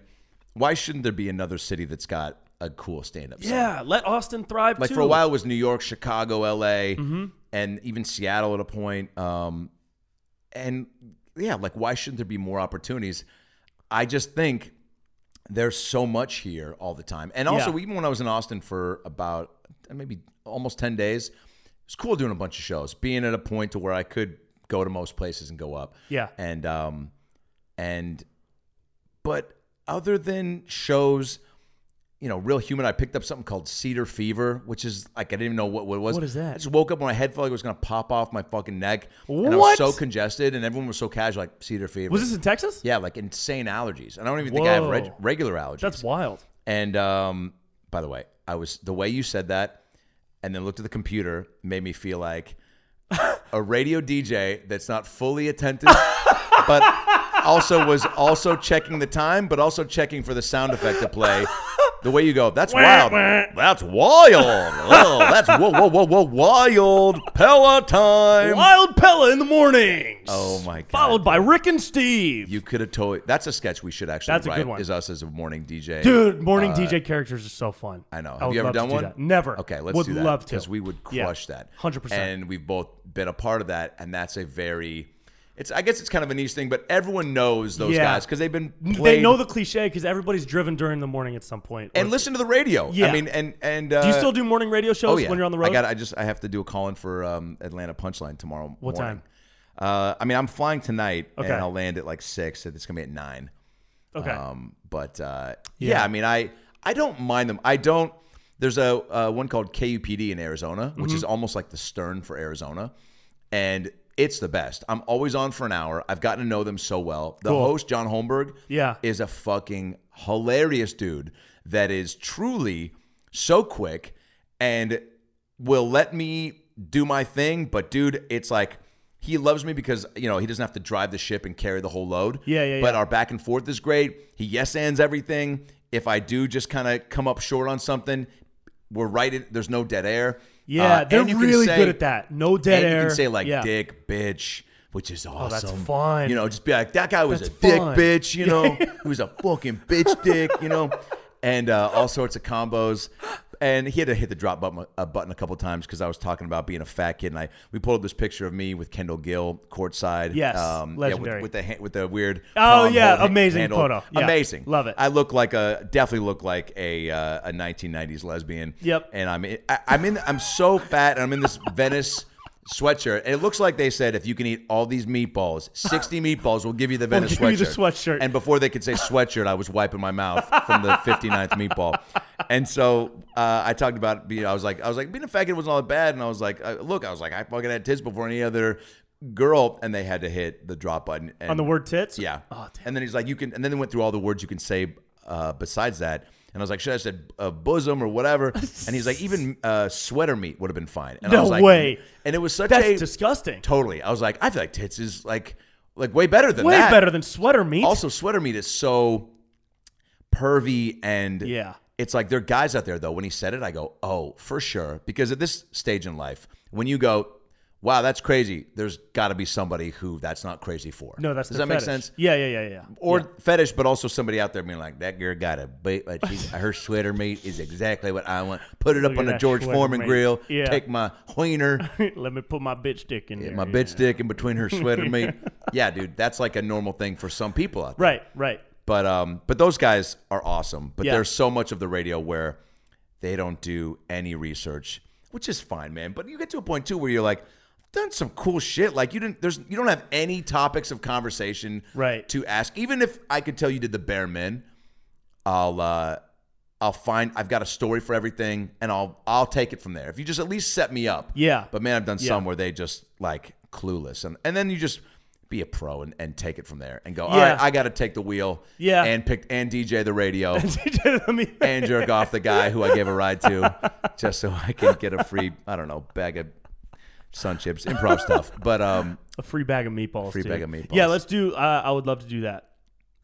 S2: why shouldn't there be another city that's got a cool stand-up scene?
S1: Yeah, let Austin thrive
S2: like
S1: too. Mm-hmm.
S2: for a while it was New York, Chicago, LA, and even Seattle at a point. Um, and yeah, like why shouldn't there be more opportunities? I just think there's so much here all the time. And also,
S1: Yeah.
S2: even when I was in Austin for about uh, maybe almost ten days, it's cool doing a bunch of shows, being at a point to where I could go to most places and go up.
S1: Yeah.
S2: and um, and but other than shows you know, real human. I picked up something called cedar fever, which is like I didn't even know what, what it was.
S1: What is that?
S2: I just woke up and my head felt like it was gonna pop off my fucking neck. And I
S1: What?
S2: was so congested, and everyone was so casual, like cedar fever.
S1: Was this in Texas?
S2: yeah, like insane allergies. And I don't even think I have reg-
S1: Whoa.
S2: regular allergies.
S1: That's wild.
S2: and um, by the way, I was the way you said that, and then looked at the computer made me feel like a radio DJ that's not fully attentive, *laughs* but also was also checking the time, but also checking for the sound effect to play The way you go, that's
S1: Wah,
S2: wild.
S1: wah.
S2: That's wild. *laughs* Oh, that's whoa, whoa, whoa, whoa, wild. Pella time.
S1: Wild Pella in the mornings.
S2: Oh, my God,
S1: Followed by Rick and Steve.
S2: You could have told. That's a sketch we should actually
S1: That's a
S2: write.
S1: good one.
S2: Is us as a morning DJ.
S1: Dude, morning DJ characters are so fun.
S2: Uh, I know.
S1: I
S2: Have
S1: would
S2: you ever
S1: love to
S2: done
S1: do
S2: one?
S1: that. Never.
S2: Okay, let's
S1: would
S2: do that.
S1: love to.
S2: because we would
S1: Yeah.
S2: crush that.
S1: 100%.
S2: And we've both been a part of that, and that's a very. It's I guys. it's kind of a niche thing, but everyone knows those
S1: Yeah.
S2: guys because they've been *laughs* played
S1: They know the cliche because everybody's driven during the morning at some point.
S2: and
S1: Or-
S2: listen to the radio.
S1: Yeah.
S2: I mean, and and uh,
S1: do you still do morning radio shows
S2: oh, yeah.
S1: when you're on the road?
S2: I got. I just I have to do a call in for um, Atlanta Punchline tomorrow.
S1: What
S2: morning.
S1: time?
S2: Uh, I mean, I'm flying tonight,
S1: Okay.
S2: and I'll land at like six, and it's gonna be at nine.
S1: okay.
S2: Um, but uh, yeah.
S1: Yeah.
S2: I mean, I I don't mind them. I don't. There's a uh, one called KUPD in Arizona, which
S1: Mm-hmm.
S2: is almost like the Stern for Arizona, and it's the best. I'm always on for an hour. I've gotten to know them so well. The
S1: Cool.
S2: host John Holmberg,
S1: Yeah.
S2: is a fucking hilarious dude that is truly so quick and will let me do my thing. But dude, it's like. He loves me because you know he doesn't have to drive the ship and carry the whole load.
S1: Yeah, yeah,
S2: But
S1: yeah.
S2: our back and forth is great. He yes ands everything. If I do just kind of come up short on something, we're right. In, there's no dead air.
S1: yeah,
S2: Uh,
S1: they're
S2: and you can
S1: really
S2: say-
S1: good at that. No dead
S2: and
S1: air.
S2: You can say like
S1: yeah. Oh,
S2: dick, bitch, which is awesome.
S1: that's fun.
S2: You know, just be like that guy was
S1: That's
S2: a dick,
S1: fun.
S2: bitch.
S1: *laughs*
S2: You know, he was a fucking bitch, dick. You know, and uh, all sorts of combos. And he had to hit the drop button a button a couple times because I was talking about being a fat kid, and I we pulled up this picture of me with Kendall Gill courtside. Um,
S1: Yes,
S2: yeah, with-
S1: legendary.
S2: with, the ha- with the weird.
S1: Oh,
S2: palm
S1: yeah,
S2: hold-
S1: amazing photo. Yeah,
S2: amazing,
S1: love it.
S2: I look like a definitely look like a uh, a 1990s lesbian.
S1: Yep.
S2: And I'm in, I, I'm in I'm so fat and I'm in this *laughs* Venice sweatshirt. And it looks like they said if you can eat all these meatballs, 60 meatballs will give you the Venice
S1: give you
S2: sweatshirt.
S1: the sweatshirt.
S2: And before they could say sweatshirt, I was wiping my mouth from the 59th meatball. And so uh, I talked about being I was like I was like being a faggot wasn't all that bad and I was like uh, look, I was like I fucking had tits before any other girl and they had to hit the drop button and
S1: on the word tits.
S2: yeah.
S1: Oh, damn.
S2: and then he's like, you can, and then they went through all the words you can say uh, besides that. And I was like, should I have said uh, bosom or whatever? And he's like, even uh, sweater meat would have been fine. And I
S1: No
S2: was like,
S1: way.
S2: And it was such
S1: That's
S2: a
S1: disgusting.
S2: totally. I was like, I feel like tits is like like way better than
S1: Way
S2: that.
S1: better than sweater meat.
S2: Also, sweater meat is so pervy and
S1: Yeah.
S2: It's like there are guys out there though. When he said it, I go, "Oh, for sure." Because at this stage in life, when you go, "Wow, that's crazy," there's got to be somebody who that's not crazy for.
S1: no, that's
S2: does
S1: their
S2: that make
S1: fetish.
S2: sense?
S1: Yeah, yeah, yeah, yeah.
S2: or fetish, but also somebody out there being like, "That girl got a bait. Like
S1: *laughs*
S2: she, her sweater meat is exactly what I want. Put it
S1: Look
S2: up on
S1: at
S2: a
S1: that
S2: George
S1: sweater
S2: Foreman
S1: meat."
S2: grill.
S1: Yeah.
S2: Take my wiener,
S1: Yeah. *laughs* Let me put my bitch dick in there. *laughs*
S2: my
S1: yeah.
S2: bitch dick in between her sweater
S1: *laughs*
S2: meat. Yeah, dude, that's like a normal thing for some people out there.
S1: Right, right. *laughs*
S2: But um, but those guys are awesome. But
S1: Yeah.
S2: there's so much of the radio where they don't do any research, which is fine, man. But you get to a point too where you're like. I've Done some cool shit. Like you didn't. There's you don't have any topics of conversation
S1: Right.
S2: to ask. Even if I could tell you did the bare min, I'll uh, I'll find I've got a story for everything, and I'll I'll take it from there. If you just at least set me up,
S1: Yeah.
S2: But man, I've done
S1: Yeah.
S2: some where they just like clueless, and and then you just be a pro and, and take it from there and go. All
S1: Yeah.
S2: right, I got to take the wheel.
S1: Yeah.
S2: and pick and DJ
S1: *laughs*
S2: the radio.
S1: Let me-
S2: And jerk off the guy who I gave a
S1: *laughs*
S2: ride to, just so I can get a free I don't know bag of sun chips, improv stuff. But um,
S1: a free bag of meatballs.
S2: Free
S1: too.
S2: bag of meatballs.
S1: Yeah, let's do. Uh, I would love to do that.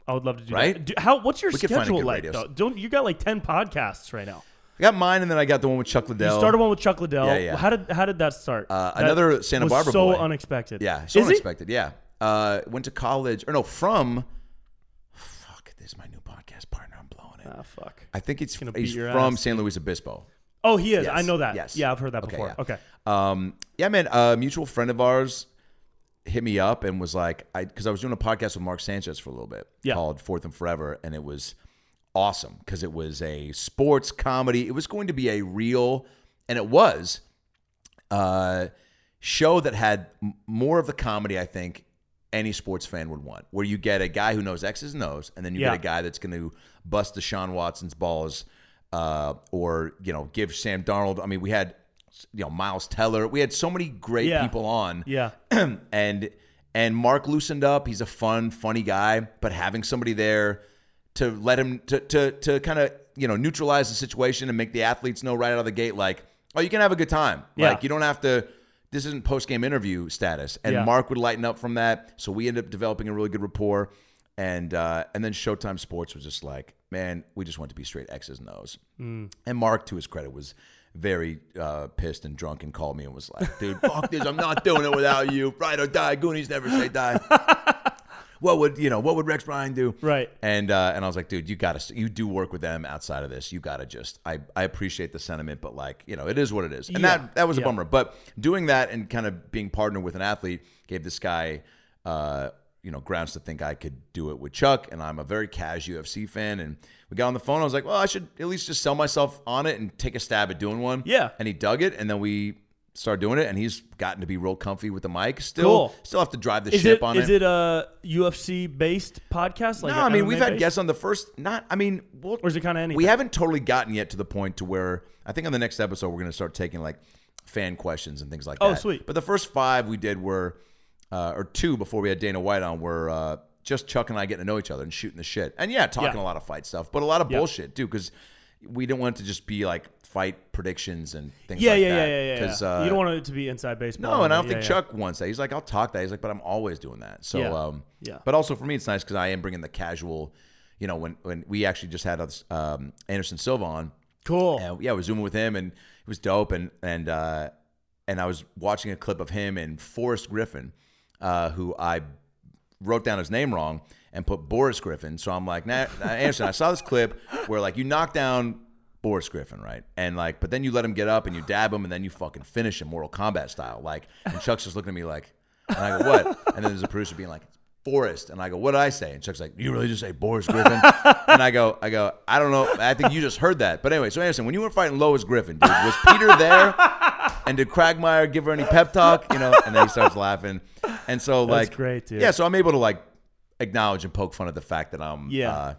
S1: I would love to do that.
S2: Right?
S1: Do, how? What's your
S2: We could find a
S1: schedule
S2: good
S1: like?
S2: radio
S1: Though?
S2: st-
S1: Don't you got like ten podcasts right now?
S2: I got mine, and then I got the one with Chuck Liddell.
S1: You started one with Chuck Liddell.
S2: Yeah, yeah.
S1: How did how did that start? Uh,
S2: another Santa Barbara
S1: so
S2: boy.
S1: unexpected.
S2: Yeah, so
S1: Is he?
S2: unexpected. Yeah, uh, went to college or no from. Fuck, this is my new podcast partner. I'm blowing it.
S1: Ah, fuck.
S2: I think it's
S1: gonna
S2: he's
S1: beat your
S2: from
S1: ass.
S2: San Luis Obispo.
S1: Oh, he is. I
S2: Yes,
S1: know that.
S2: yes.
S1: Yeah, I've heard that
S2: Okay,
S1: before.
S2: yeah.
S1: Okay.
S2: Um, yeah, man, a mutual friend of ours hit me up and was like, I because I was doing a podcast with Mark Sanchez for a little bit
S1: Yeah.
S2: called Fourth and Forever, and it was awesome because it was a sports comedy. It was going to be a real, and it was uh, show that had m- more of the comedy I think any sports fan would want, where you get a guy who knows X's and O's, and then you
S1: Yeah.
S2: get a guy that's going to bust Deshaun Watson's balls, uh, or you know, give Sam Darnold. I mean, we had you know Miles Teller. We had so many great
S1: Yeah.
S2: people on,
S1: Yeah.
S2: *clears throat* and and Mark loosened up. He's a fun, funny guy, but having somebody there to let him to to to kind of you know neutralize the situation and make the athletes know right out of the gate, like, oh, you can have a good time.
S1: Yeah.
S2: Like you don't have to. This isn't post game interview status, and
S1: Yeah.
S2: Mark would lighten up from that. So we ended up developing a really good rapport, and uh, and then Showtime Sports was just like, man, we just want to be straight X's and O's.
S1: Mm.
S2: And Mark, to his credit, was very uh, pissed and drunk and called me and was like, dude, fuck this. I'm not doing it without you. Ride or die. Goonies never say
S1: *laughs*
S2: die. what would, you know, what would Rex Ryan do?
S1: Right.
S2: And, uh, and I was like, dude, you got to, you do work with them outside of this. You got to just, I, I appreciate the sentiment, but like, you know, it is what it is. And
S1: Yeah.
S2: that, that was
S1: Yeah.
S2: a bummer. But doing that and kind of being partnered with an athlete gave this guy, uh, you know, grounds to think I could do it with Chuck. And I'm a very cash UFC fan. And we got on the phone. I was like, well, I should at least just sell myself on it and take a stab at doing one.
S1: Yeah.
S2: And he dug it. And then we started doing it. And he's gotten to be real comfy with the mic. Still,
S1: Cool.
S2: still have to drive the
S1: Is
S2: ship
S1: it
S2: on
S1: is it a UFC based podcast? Like
S2: no,
S1: a
S2: I mean we've
S1: MMA
S2: had
S1: based?
S2: guests on the first. Not, I mean, we'll,
S1: Or is it kinda anything?
S2: We haven't totally gotten yet to the point to where I think on the next episode we're going to start taking like fan questions and things like
S1: Oh,
S2: that.
S1: sweet.
S2: But the first five we did were, uh, or two before we had Dana White on were uh, just Chuck and I getting to know each other and shooting the shit, and yeah, talking
S1: Yeah.
S2: a lot of fight stuff, but a lot of bullshit too, because we didn't want it to just be like fight predictions and things.
S1: Yeah,
S2: like
S1: yeah, yeah,
S2: that,
S1: yeah, yeah,
S2: 'cause,
S1: yeah.
S2: uh,
S1: you don't want it to be inside baseball.
S2: no, Oh, and I don't
S1: Yeah,
S2: think
S1: yeah.
S2: Chuck wants that. He's like, I'll talk that. He's like, but I'm always doing that. So,
S1: Yeah.
S2: um,
S1: Yeah.
S2: But also for me, it's nice because I am bringing the casual. You know, when when we actually just had us, um, Anderson Silva on,
S1: Cool.
S2: and yeah, I was zooming with him, and it was dope. And and uh, and I was watching a clip of him and Forrest Griffin, uh, who I wrote down his name wrong and put Boris Griffin. So I'm like, nah, nah, Anderson, I saw this clip where like you knock down Boris Griffin, right? And like, but then you let him get up and you dab him, and then you fucking finish him Mortal Kombat style. Like, and Chuck's just looking at me like, and I go, what? And then there's a producer being like. Forrest and I go, what did I say? And Chuck's like, you really just say Boris Griffin? and I go, I go, I don't know. I think you just heard that. But anyway, so Anderson, when you were fighting Lois Griffin, dude, was Peter there? And did Cragmire give her any pep talk? You know, and then he starts laughing. And so
S1: That's
S2: like
S1: great, dude.
S2: Yeah, so I'm able to like acknowledge and poke fun at the fact that I'm
S1: Yeah.
S2: uh,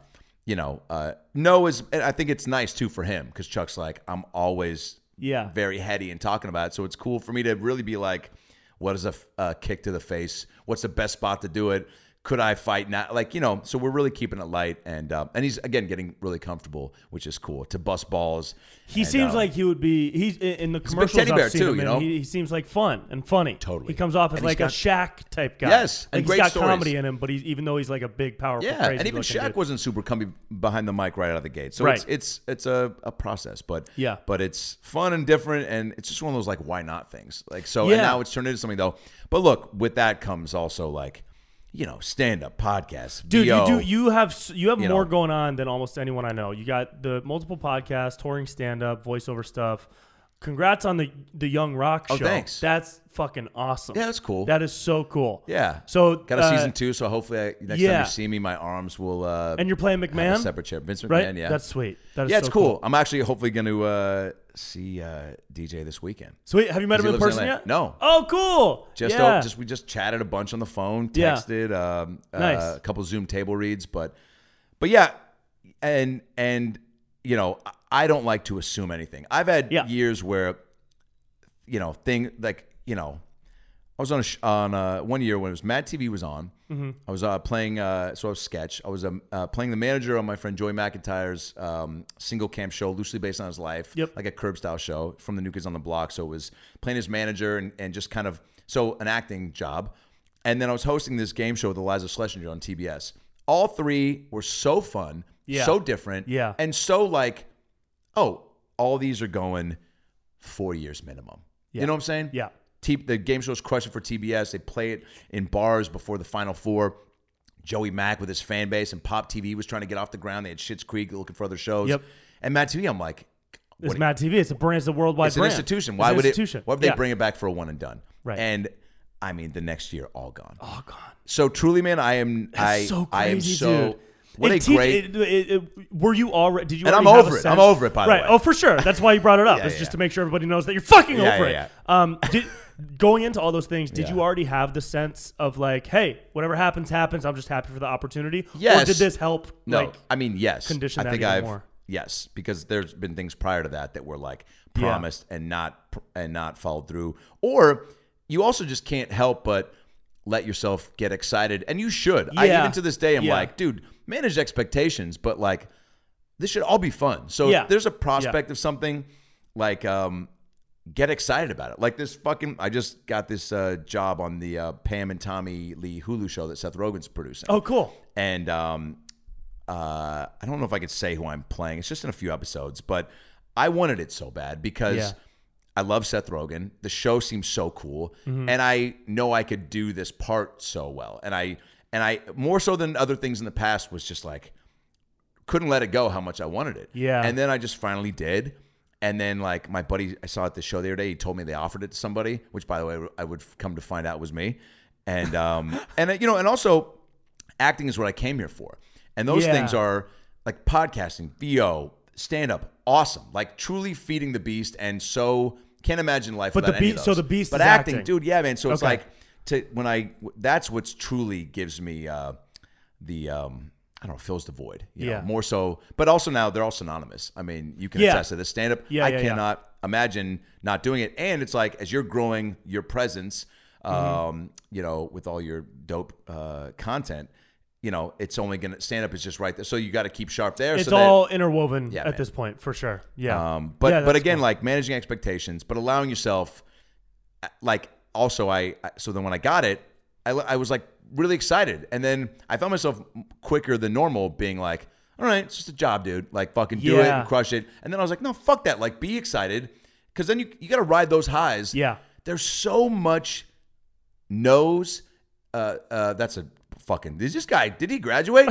S2: you know, uh no is and I think it's nice too for him because Chuck's like, I'm always
S1: Yeah.
S2: very heady and talking about it. So it's cool for me to really be like, what is a, f- a kick to the face? What's the best spot to do it? Could I fight now? Like you know, so we're really keeping it light, and um, and he's again getting really comfortable, which is cool. To bust balls,
S1: He
S2: and,
S1: seems
S2: um,
S1: like he would be. He's in in the
S2: big
S1: commercials.
S2: teddy
S1: I've
S2: bear,
S1: seen
S2: too,
S1: him
S2: you
S1: in,
S2: know?
S1: He, he seems like fun and funny. He
S2: Totally.
S1: comes off as
S2: And
S1: like
S2: he's
S1: a
S2: got-
S1: Shaq type guy.
S2: Yes,
S1: like
S2: and
S1: he's
S2: great
S1: got
S2: stories.
S1: comedy in him, but he's even though he's like a big, powerful,
S2: yeah,
S1: crazy
S2: and even
S1: looking
S2: Shaq
S1: dude.
S2: wasn't super comfy behind the mic right out of the gate. So
S1: Right.
S2: it's it's it's a, a process, but
S1: Yeah.
S2: but it's fun and different, and it's just one of those like why not things. Like so,
S1: Yeah.
S2: and now it's turned into something though. But look, with that comes also like you know stand up podcasts,
S1: Dude,
S2: VO.
S1: you do you have s- you have
S2: you
S1: more
S2: know.
S1: going on than almost anyone I know. You got the multiple podcasts, touring stand up, voiceover stuff. Congrats on the the Young Rock show.
S2: Oh, thanks.
S1: That's fucking awesome.
S2: Yeah, that's cool.
S1: That is so cool.
S2: Yeah.
S1: So
S2: got a
S1: uh,
S2: season two, so hopefully I, next
S1: yeah.
S2: time you see me, my arms will. Uh,
S1: and you're playing
S2: have
S1: McMahon,
S2: a separate chair, Vince McMahon.
S1: right?
S2: Yeah,
S1: That's sweet. That is
S2: yeah, it's
S1: so
S2: cool. I'm actually hopefully going to uh, see uh, DJ this weekend.
S1: Sweet. Have you met
S2: 'Cause
S1: him
S2: he
S1: in
S2: lives in
S1: person
S2: LA.
S1: yet?
S2: No.
S1: Oh, cool.
S2: Just,
S1: yeah.
S2: uh, just we just chatted a bunch on the phone,
S1: Yeah.
S2: texted, um,
S1: Nice.
S2: uh, a couple Zoom table reads, but, but yeah, and and you know I- I don't like to assume anything. I've had
S1: Yeah.
S2: years where, you know, thing like you know, I was on a sh- on uh one year when it was Mad TV was on.
S1: Mm-hmm.
S2: I was uh, playing uh, so I was sketch. I was um, uh, playing the manager on my friend Joey McIntyre's um, single cam show, loosely based on his life,
S1: Yep.
S2: like a curb style show from the New Kids on the Block. So it was playing his manager and, and just kind of so an acting job. And then I was hosting this game show with Eliza Schlesinger on TBS. All three were so fun,
S1: Yeah.
S2: so different,
S1: Yeah.
S2: and so like, oh, all these are going four years minimum. You know what I'm saying?
S1: Yeah.
S2: T- the game show is crushing for TBS. They play it in bars before the Final Four. Joey Mack with his fan base and Pop TV was trying to get off the ground. They had Schitt's Creek looking for other shows.
S1: Yep.
S2: And Matt TV, I'm like,
S1: It's
S2: what-
S1: Mad TV. It's a brand. It's a worldwide
S2: it's an
S1: brand.
S2: institution.
S1: It's
S2: Why
S1: an
S2: would
S1: institution.
S2: it? Why would they
S1: Yeah.
S2: bring it back for a one and done?
S1: Right.
S2: And I mean, the next year, all gone.
S1: Oh God.
S2: So truly, man, I am.
S1: That's
S2: I
S1: so
S2: I am
S1: crazy,
S2: so.
S1: dude.
S2: What
S1: It
S2: a
S1: te-
S2: great.
S1: it- it- it- were you already? Did you?
S2: And I'm
S1: already have
S2: over
S1: a
S2: it. I'm
S1: sense-
S2: over it, by the
S1: right.
S2: way.
S1: Oh, for sure. That's why you brought it up.
S2: *laughs* Yeah,
S1: it's
S2: yeah,
S1: just
S2: yeah.
S1: to make sure everybody knows that you're fucking
S2: Yeah,
S1: over
S2: yeah,
S1: it. Um, did, going into all those things, did
S2: Yeah.
S1: you already have the sense of like, hey, whatever happens, happens. I'm just happy for the opportunity. Or
S2: Yes.
S1: did this help?
S2: No,
S1: Like,
S2: I mean yes.
S1: condition
S2: I
S1: that
S2: think
S1: even
S2: I've
S1: more?
S2: yes because there's been things prior to that that were like
S1: Yeah.
S2: promised and not pr- and not followed through, or you also just can't help but let yourself get excited, and you should. I
S1: Yeah.
S2: even to this day am
S1: Yeah.
S2: like, dude, manage expectations, but like this should all be fun. So
S1: Yeah.
S2: if there's a prospect of something like um get excited about it. Like this fucking I just got this uh job on the uh Pam and Tommy Lee Hulu show that Seth Rogen's producing
S1: oh, cool.
S2: and um, uh, I don't know if I could say who I'm playing. It's just in a few episodes, but I wanted it so bad because
S1: Yeah.
S2: I love Seth Rogen. The show seems so cool,
S1: Mm-hmm.
S2: and I know I could do this part so well. And I and I more so than other things in the past was just like couldn't let it go how much I wanted it.
S1: Yeah.
S2: And then I just finally did. And then like my buddy I saw at the show the other day, he told me they offered it to somebody, which by the way I would come to find out was me. And um *laughs* and uh, you know, and also acting is what I came here for. And those
S1: Yeah.
S2: things are like podcasting, VO, stand up, awesome. Like truly feeding the beast and so can't imagine life
S1: But the
S2: without any of
S1: beast- so
S2: those.
S1: the beast
S2: But
S1: is
S2: acting,
S1: acting.
S2: dude, yeah, man. So it's
S1: Okay.
S2: like to when I that's what's truly gives me uh the um I don't know, fills the void. You
S1: Yeah.
S2: Know, more so, but also now they're all synonymous. I mean, you can
S1: Yeah.
S2: attest to this stand up.
S1: Yeah,
S2: I
S1: yeah, yeah.
S2: cannot imagine not doing it. And it's like as you're growing your presence, um,
S1: Mm-hmm.
S2: you know, with all your dope uh, content, you know, it's only gonna stand up is just right there. So you got to keep sharp there.
S1: It's
S2: so that,
S1: all interwoven
S2: Yeah,
S1: at
S2: man.
S1: this point, for sure. Yeah.
S2: um, but
S1: Yeah,
S2: but
S1: that's
S2: again, like managing expectations, but allowing yourself, uh, like also I I- so then when I got it, I, I was like really excited, and then I found myself quicker than normal being like, all right, it's just a job, dude. Like fucking do it
S1: Yeah.
S2: and crush it. And then I was like, no, fuck that. Like be excited, because then you you got to ride those highs.
S1: Yeah.
S2: There's so much knows. Uh, uh, that's a fucking. Did this guy? Did
S1: *laughs*
S2: he graduate?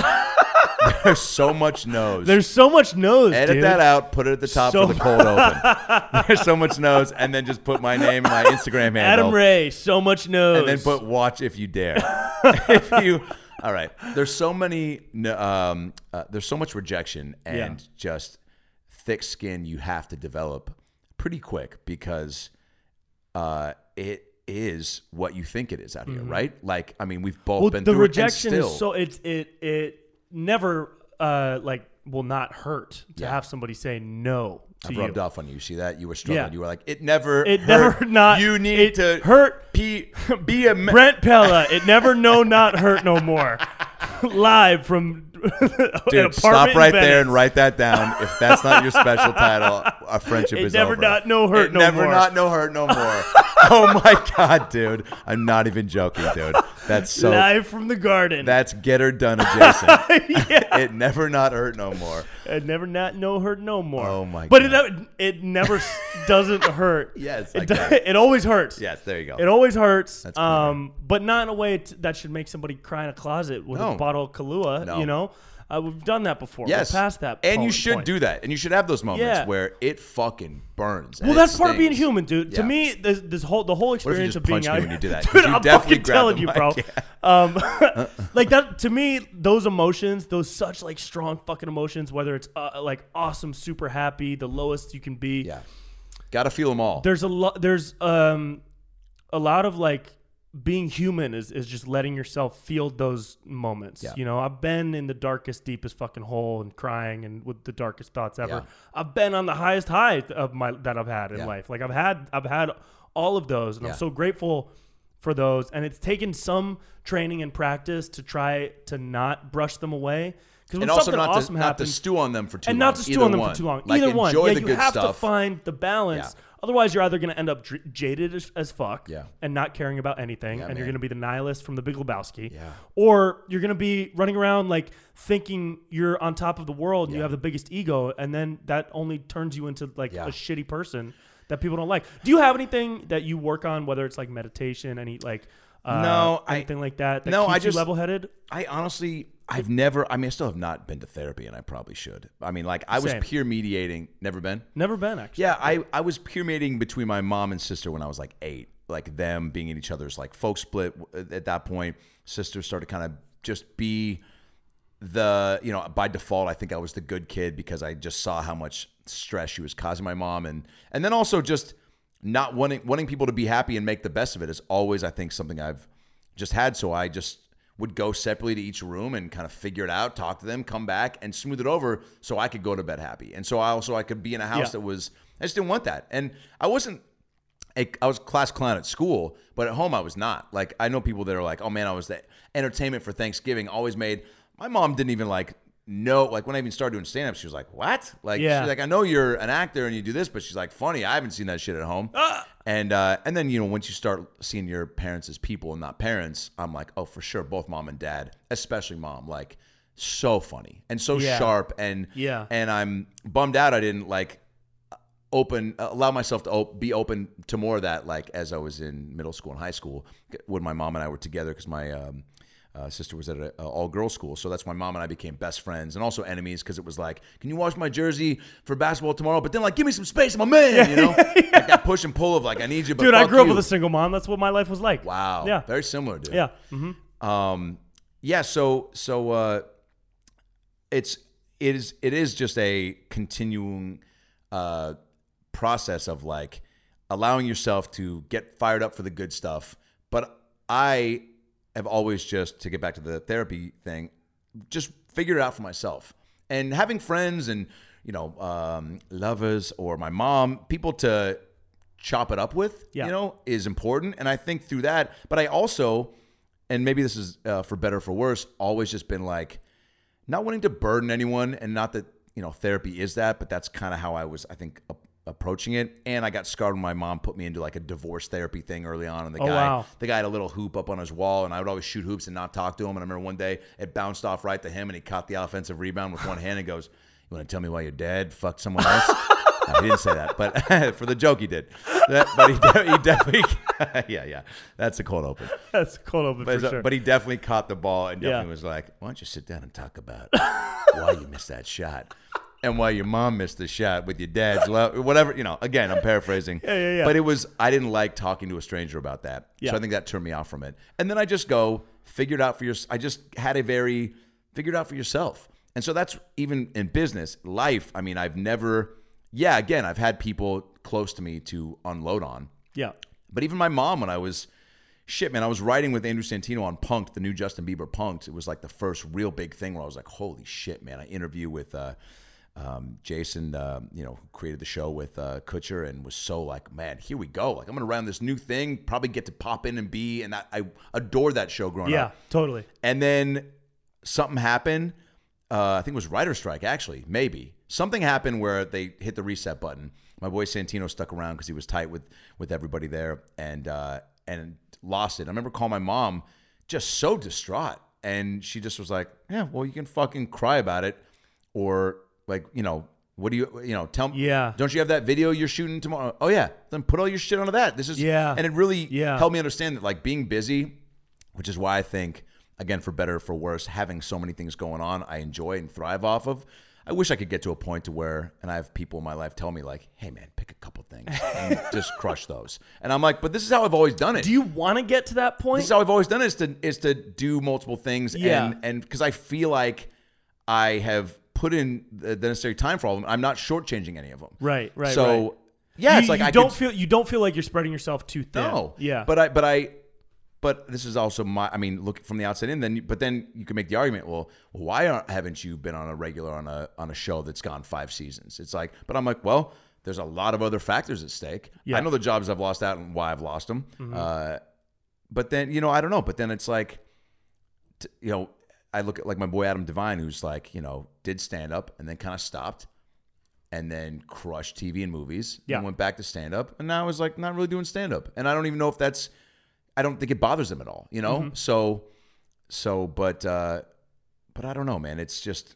S2: There's so much knows.
S1: There's so much nose,
S2: Edit
S1: dude.
S2: that out. Put it at the top
S1: So-
S2: for the cold open. *laughs* There's so much notes, and then just put my name and my Instagram handle,
S1: Adam Ray, so much nose.
S2: and then put watch if
S1: *laughs*
S2: you dare. *laughs* if you, all right. There's so many. n- Um, uh, there's so much rejection and
S1: Yeah.
S2: just thick skin you have to develop pretty quick because uh, it is what you think it is out here, right? Like, I mean, we've both
S1: Mm-hmm. well,
S2: been
S1: the
S2: through
S1: rejection
S2: it and still,
S1: is so it's it it never uh like will not hurt to
S2: Yeah.
S1: have somebody say no to
S2: I've
S1: you.
S2: rubbed off on you. See that you were struggling.
S1: Yeah.
S2: You were like, it never,
S1: It
S2: hurt.
S1: never not
S2: You need
S1: it
S2: to
S1: hurt
S2: P, be a man.
S1: Brent Pella. It never no not hurt no
S2: *laughs*
S1: more. Live from *laughs* an
S2: Dude, stop
S1: apartment
S2: right
S1: in
S2: there
S1: Venice.
S2: and write that down. If that's not
S1: *laughs*
S2: your special title, our friendship
S1: It
S2: is
S1: never
S2: over.
S1: not no hurt
S2: It
S1: no
S2: never
S1: more.
S2: not no hurt no more. oh my god, dude! I'm not even joking, dude. That's so.
S1: Live from the garden.
S2: That's get her done adjacent.
S1: *laughs*
S2: it never not hurt no more.
S1: It never not no hurt no more.
S2: Oh my
S1: But
S2: God.
S1: it it never s- doesn't hurt.
S2: *laughs* Yes, I
S1: it,
S2: get
S1: do- *laughs* it always hurts.
S2: Yes, there you go.
S1: It always hurts,
S2: clever.
S1: um, but not in a way t- that should make somebody cry in a closet with
S2: No.
S1: a bottle of Kahlua.
S2: No.
S1: You know, uh, we've done that before.
S2: yes,
S1: we're past that.
S2: and you
S1: point-
S2: should
S1: point.
S2: do that, and you should have those moments
S1: Yeah.
S2: where it fucking burns. and
S1: Well,
S2: it
S1: that's part of being
S2: stings.
S1: human, dude. To
S2: Yeah.
S1: me, this, this whole the whole
S2: you
S1: experience
S2: just
S1: of being
S2: punched
S1: out
S2: me
S1: here,
S2: when you
S1: *laughs*
S2: do that? 'Cause
S1: dude,
S2: you
S1: I'm
S2: definitely
S1: fucking
S2: grabbed
S1: telling
S2: the
S1: you,
S2: mic.
S1: bro.
S2: *laughs* Yeah.
S1: Um, *laughs* like that to me, those emotions, those such like strong fucking emotions, whether it's uh, like awesome, super happy, the lowest you can be.
S2: Yeah, gotta feel them all.
S1: There's a lot. There's um, a lot of like being human is is just letting yourself feel those moments.
S2: Yeah.
S1: You know, I've been in the darkest, deepest fucking hole and crying and with the darkest thoughts ever.
S2: Yeah.
S1: I've been on the highest high of my that I've had in
S2: Yeah.
S1: life. Like I've had I've had all of those, and
S2: Yeah.
S1: I'm so grateful for those. And it's taken some training and practice to try to not brush them away. Because when
S2: and also
S1: something
S2: not
S1: awesome
S2: to not to
S1: happens,
S2: stew on them for too long.
S1: and not to stew
S2: Either
S1: on them
S2: one.
S1: for too long.
S2: Like,
S1: Either one.
S2: Enjoy
S1: yeah,
S2: the
S1: you
S2: good
S1: have
S2: stuff.
S1: to find the balance.
S2: Yeah.
S1: Otherwise, you're either going to end up dr- jaded as, as fuck
S2: Yeah.
S1: and not caring about anything, and you're going
S2: man.
S1: to be the nihilist from the Big Lebowski,
S2: Yeah.
S1: or you're going to be running around like thinking you're on top of the world, you have the biggest ego, and then that only turns you into like
S2: Yeah.
S1: a shitty person that people don't like. Do you have anything that you work on, whether it's like meditation, any like uh,
S2: No, I-
S1: anything like that? that
S2: no,
S1: keeps
S2: I just-
S1: you level headed.
S2: I honestly, I've never. I mean, I still have not been to therapy, and I probably should. I mean, like I was
S1: Same.
S2: peer mediating. Never been.
S1: Never been actually.
S2: Yeah, I I was peer mediating between my mom and sister when I was like eight. Like them being in each other's like folk split at that point. Sister started kind of just be the you know by default i think i was the good kid because i just saw how much stress she was causing my mom and and then also just not wanting wanting people to be happy and make the best of it is always i think something i've just had so i just would go separately to each room and kind of figure it out talk to them come back and smooth it over so i could go to bed happy and so i also i could be in a house
S1: Yeah.
S2: that was i just didn't want that and i wasn't I I was a class clown at school, but at home I was not. Like I know people that are like, "Oh man, I was the entertainment for Thanksgiving." Always made. My mom didn't even like know. Like when I even started doing stand up, she was like, "What?" Like
S1: Yeah.
S2: she's like, "I know you're an actor and you do this," but she's like, "Funny, I haven't seen that shit at home."
S1: Ah.
S2: And uh, and then you know once you start seeing your parents as people and not parents, I'm like, "Oh, for sure, both mom and dad, especially mom, like." so funny and so
S1: Yeah.
S2: sharp and
S1: Yeah.
S2: and I'm bummed out I didn't like open allow myself to op- be open to more of that like as I was in middle school and high school when my mom and I were together because my um, uh, sister was at an all girls school so that's why mom and I became best friends and also enemies because it was like can you wash my jersey for basketball tomorrow but then like give me some space I'm a man
S1: *laughs*
S2: you know like that push and pull of like I need you but
S1: Dude, I
S2: fuck
S1: grew up
S2: you.
S1: with a single mom. That's what my life was like.
S2: wow
S1: Yeah.
S2: very similar dude
S1: Yeah.
S2: um yeah so so uh it's it is it is just a continuing uh process of like allowing yourself to get fired up for the good stuff but i have always just to get back to the therapy thing just figure it out for myself and having friends and you know um lovers or my mom people to chop it up with
S1: Yeah.
S2: you know is important and i think through that but i also and maybe this is uh, for better or for worse, always just been like not wanting to burden anyone, and not that you know therapy is that, but that's kind of how I was, I think, a- approaching it. And I got scarred when my mom put me into like a divorce therapy thing early on, and the
S1: Oh,
S2: guy,
S1: wow.
S2: the guy had a little hoop up on his wall, and I would always shoot hoops and not talk to him. And I remember one day it bounced off right to him, and he caught the offensive rebound with one hand and goes, "You want to tell me why your dad fucked
S1: *laughs*
S2: someone else?" No, he didn't say that, but *laughs* for the joke he did. That- but he, de- he definitely, *laughs* yeah, yeah, that's a cold open.
S1: *laughs* That's a cold open
S2: But,
S1: for sure.
S2: but he definitely caught the ball and definitely
S1: Yeah.
S2: was like, "Why don't you sit down and talk
S1: *laughs*
S2: about why you missed that shot, and why your mom missed the shot with your dad's love, whatever." You know, again, I'm paraphrasing.
S1: Yeah, yeah, yeah.
S2: But it was I didn't like talking to a stranger about that,
S1: Yeah.
S2: so I think that turned me off from it. And then I just go figure it out for your. I just had a very figure it out for yourself, and so that's even in business life. I mean, I've never, yeah, again, I've had people close to me to unload on.
S1: yeah.
S2: But even my mom, when I was shit, man, I was writing with Andrew Santino on Punked, the new Justin Bieber Punked. It was like the first real big thing where I was like, holy shit, man. I interview with uh, um, Jason, uh, you know, who created the show with uh, Kutcher, and was so like, man, here we go. Like I'm gonna round this new thing, probably get to pop in and be, and I, I adored that show growing
S1: Yeah.
S2: up.
S1: Totally.
S2: And then something happened. Uh, I think it was writer strike, actually, maybe something happened where they hit the reset button. My boy Santino stuck around because he was tight with with everybody there, and uh, and lost it. I remember calling my mom, just so distraught, and she just was like, "Yeah, well, you can fucking cry about it, or like, you know, what do you, you know, tell me,
S1: Yeah.
S2: don't you have that video you're shooting tomorrow? Oh yeah, then put all your shit onto that. This is
S1: Yeah.
S2: and it really
S1: Yeah.
S2: helped me understand that like being busy which is why I think, again, for better or for worse, having so many things going on, I enjoy and thrive off of. I wish I could get to a point to where, and I have people in my life tell me like, "Hey, man, pick a couple things
S1: *laughs*
S2: and just crush those." And I'm like, "But this is how I've always done it.
S1: Do you want to get to that point?
S2: this is how I've always done it is to is to do multiple things,
S1: Yeah.
S2: and and because I feel like I have put in the the necessary time for all of them. I'm not shortchanging any of them.
S1: Right, right,
S2: So
S1: right.
S2: yeah,
S1: you,
S2: it's like
S1: you
S2: I
S1: don't
S2: could,
S1: feel you don't feel like you're spreading yourself too thin.
S2: no.
S1: Yeah.
S2: But I but I but this is also my I mean, look from the outside in then but then you can make the argument, well, why aren't, haven't you been on a regular on a on a show that's gone 5 seasons? It's like but I'm like, well, there's a lot of other factors at stake.
S1: Yeah. Mm-hmm.
S2: I know the jobs I've lost out and why I've lost them. Uh, but then, you know, I don't know, but then it's like t- you know, I look at like my boy Adam Devine who's like, you know, did stand up and then kind of stopped and then crushed TV and movies.
S1: Yeah.
S2: And went back to stand up. And now I was like, not really doing stand up. And I don't even know if that's, I don't think it bothers them at all, you know?
S1: Mm-hmm.
S2: So, so, but, uh, but I don't know, man. It's just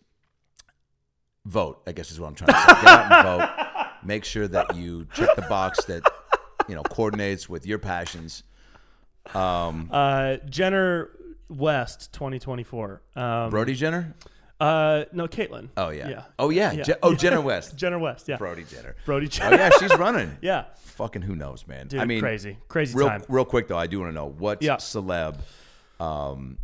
S2: vote, I guess is what I'm trying to say. Get out
S1: *laughs*
S2: and vote. Make sure that you check the box that, you know, coordinates with your passions.
S1: uh, Jenner West 2024. Um,
S2: Brody Jenner?
S1: uh, no, Caitlin.
S2: Oh, yeah.
S1: Yeah.
S2: Oh, yeah. Je- oh,
S1: *laughs*
S2: Jenner West.
S1: Jenner West. Yeah.
S2: Brody Jenner.
S1: Brody
S2: Oh,
S1: Jenner.
S2: yeah. She's running.
S1: *laughs* yeah.
S2: Fucking who knows, man.
S1: Dude,
S2: I mean,
S1: crazy, crazy
S2: real,
S1: time.
S2: Real quick though, I do want to know what
S1: Yeah.
S2: celeb. Um,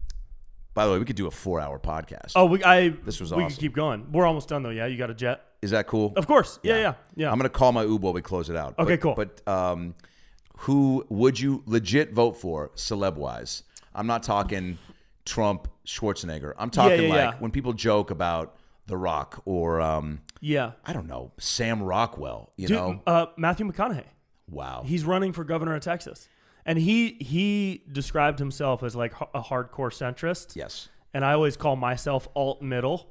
S2: by the way, we could do a four-hour podcast.
S1: Oh, we, I.
S2: This was
S1: we can
S2: awesome.
S1: keep going. We're almost done though. Yeah, you got a jet.
S2: Is that cool?
S1: Of course. Yeah, yeah, yeah.
S2: I'm gonna call my Uber while we close it out.
S1: Okay,
S2: But-
S1: cool.
S2: But um, who would you legit vote for, celeb-wise? I'm not talking Trump, Schwarzenegger. I'm talking
S1: yeah, yeah.
S2: like when people joke about The Rock or um,
S1: yeah.
S2: I don't know Sam Rockwell. You
S1: Dude,
S2: know,
S1: uh, Matthew McConaughey.
S2: wow.
S1: He's running for governor of Texas, and he he described himself as like h- a hardcore centrist.
S2: yes.
S1: and I always call myself alt middle.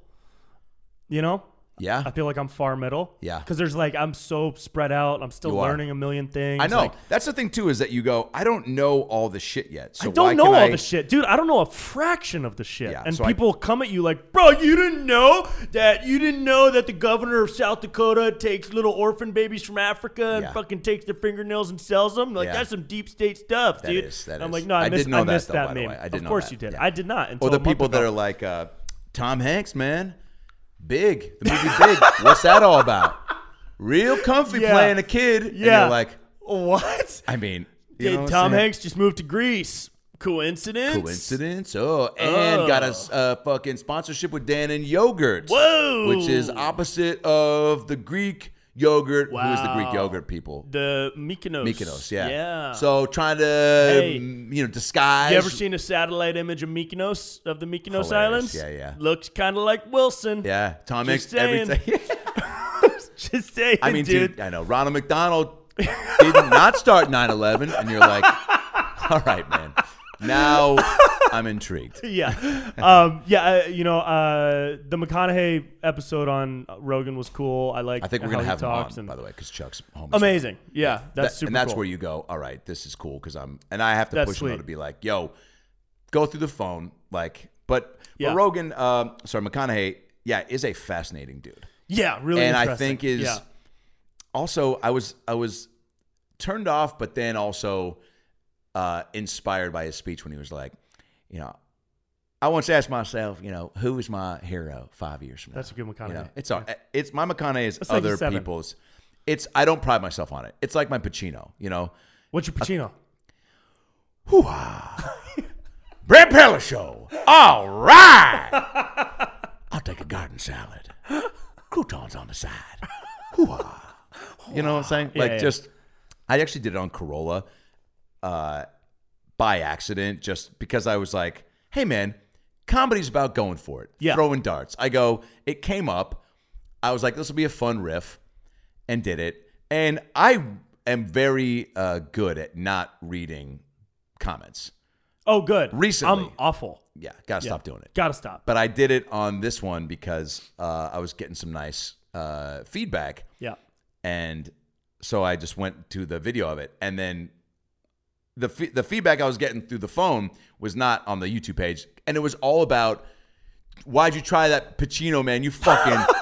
S1: You know,
S2: Yeah.
S1: I feel like I'm far middle.
S2: Yeah.
S1: Because there's like, I'm so spread out. I'm still
S2: You are.
S1: learning a million things.
S2: I know.
S1: Like,
S2: That's the thing too is that you go, I don't know all the shit yet. So
S1: I don't
S2: why
S1: know all
S2: can I,
S1: the shit. Dude, I don't know a fraction of the shit.
S2: Yeah,
S1: and
S2: so I-
S1: people come at you like, bro, you didn't know that you didn't know that the governor of South Dakota takes little orphan babies from Africa and
S2: Yeah.
S1: fucking takes their fingernails and sells them. Like
S2: Yeah.
S1: that's some deep state stuff,
S2: That
S1: dude.
S2: is- that
S1: And I'm
S2: is.
S1: like, no, I,
S2: I did
S1: missed,
S2: know
S1: I
S2: that,
S1: missed
S2: though,
S1: that
S2: by the
S1: meme.
S2: way. I did
S1: of
S2: know
S1: course
S2: that.
S1: you did.
S2: Yeah.
S1: I did not. Until
S2: Or the
S1: a month
S2: people that
S1: ago.
S2: are like uh, Tom Hanks, man. Big. The movie Big. What's that all about? Real comfy
S1: Yeah.
S2: playing a kid. And
S1: Yeah.
S2: you're like,
S1: what?
S2: I mean, *laughs* you know
S1: Did
S2: what I'm
S1: Tom
S2: saying?
S1: Hanks just moved to Greece? Coincidence?
S2: Coincidence. Oh, and
S1: Oh.
S2: got a s- a fucking sponsorship with Dan and Yogurt.
S1: Whoa.
S2: Which is uh, opposite of the Greek yogurt. Who is the Greek
S1: Wow.
S2: yogurt people?
S1: the Mykonos.
S2: Mykonos, yeah.
S1: Yeah.
S2: So trying to
S1: Hey.
S2: mm, you know disguise.
S1: You ever seen a satellite image of Mykonos of the Mykonos
S2: Hilarious.
S1: Islands?
S2: Yeah, yeah.
S1: Looks kind of like Wilson.
S2: Yeah, Tom
S1: Just
S2: Hanks every
S1: saying.
S2: *laughs* time.
S1: *laughs* Just saying,
S2: I mean,
S1: dude.
S2: dude, I know Ronald McDonald did not start 9/11, and
S1: *laughs*
S2: you're like, all right, man. Now I'm intrigued.
S1: *laughs* Yeah,
S2: *laughs*
S1: um, yeah. Uh, you know, uh, the McConaughey episode on Rogan was cool. I like.
S2: I think we're
S1: how
S2: gonna
S1: he
S2: have him on,
S1: talks and-
S2: by the way, because Chuck's home. as well.
S1: Amazing. Yeah, that's
S2: That-
S1: super.
S2: and that's
S1: cool.
S2: where you go. All right, this is cool because I'm, and I have to
S1: That's
S2: push him though
S1: sweet.
S2: to be like, yo, go through the phone, like. But,
S1: Yeah.
S2: but Rogan, um, sorry, McConaughey, yeah, is a fascinating dude.
S1: Yeah, really.
S2: and I
S1: interesting.
S2: think is
S1: Yeah.
S2: also I was I was turned off, but then also uh, inspired by his speech when he was like, you know, I once asked myself, you know, who is my hero five years from now?
S1: That's a good
S2: You know,
S1: McConaughey.
S2: it's all, it's my McConaughey is
S1: That's like a
S2: other
S1: seven.
S2: people's. It's I don't pride myself on it. It's like my Pacino, you know.
S1: What's your Pacino?
S2: Brad Pella Show. All right. I'll take a garden salad. Croutons on the side. Hoo-ah. You know what I'm saying? Like
S1: yeah.
S2: just, I actually did it on Corolla, uh, by accident, just because I was like, hey man, comedy's about going for it,
S1: Yeah.
S2: throwing darts. I go, it came up. I was like, this will be a fun riff, and did it. And I am very uh, good at not reading comments.
S1: Oh, good.
S2: Recently.
S1: I'm awful.
S2: Yeah, gotta stop doing it.
S1: Gotta stop.
S2: But I did it on this one because uh, I was getting some nice uh, feedback,
S1: Yeah.
S2: and so I just went to the video of it, and then the fe- the feedback I was getting through the phone was not on the YouTube page, and it was all about why'd you try that Pacino man,
S1: *laughs*
S2: you fucking.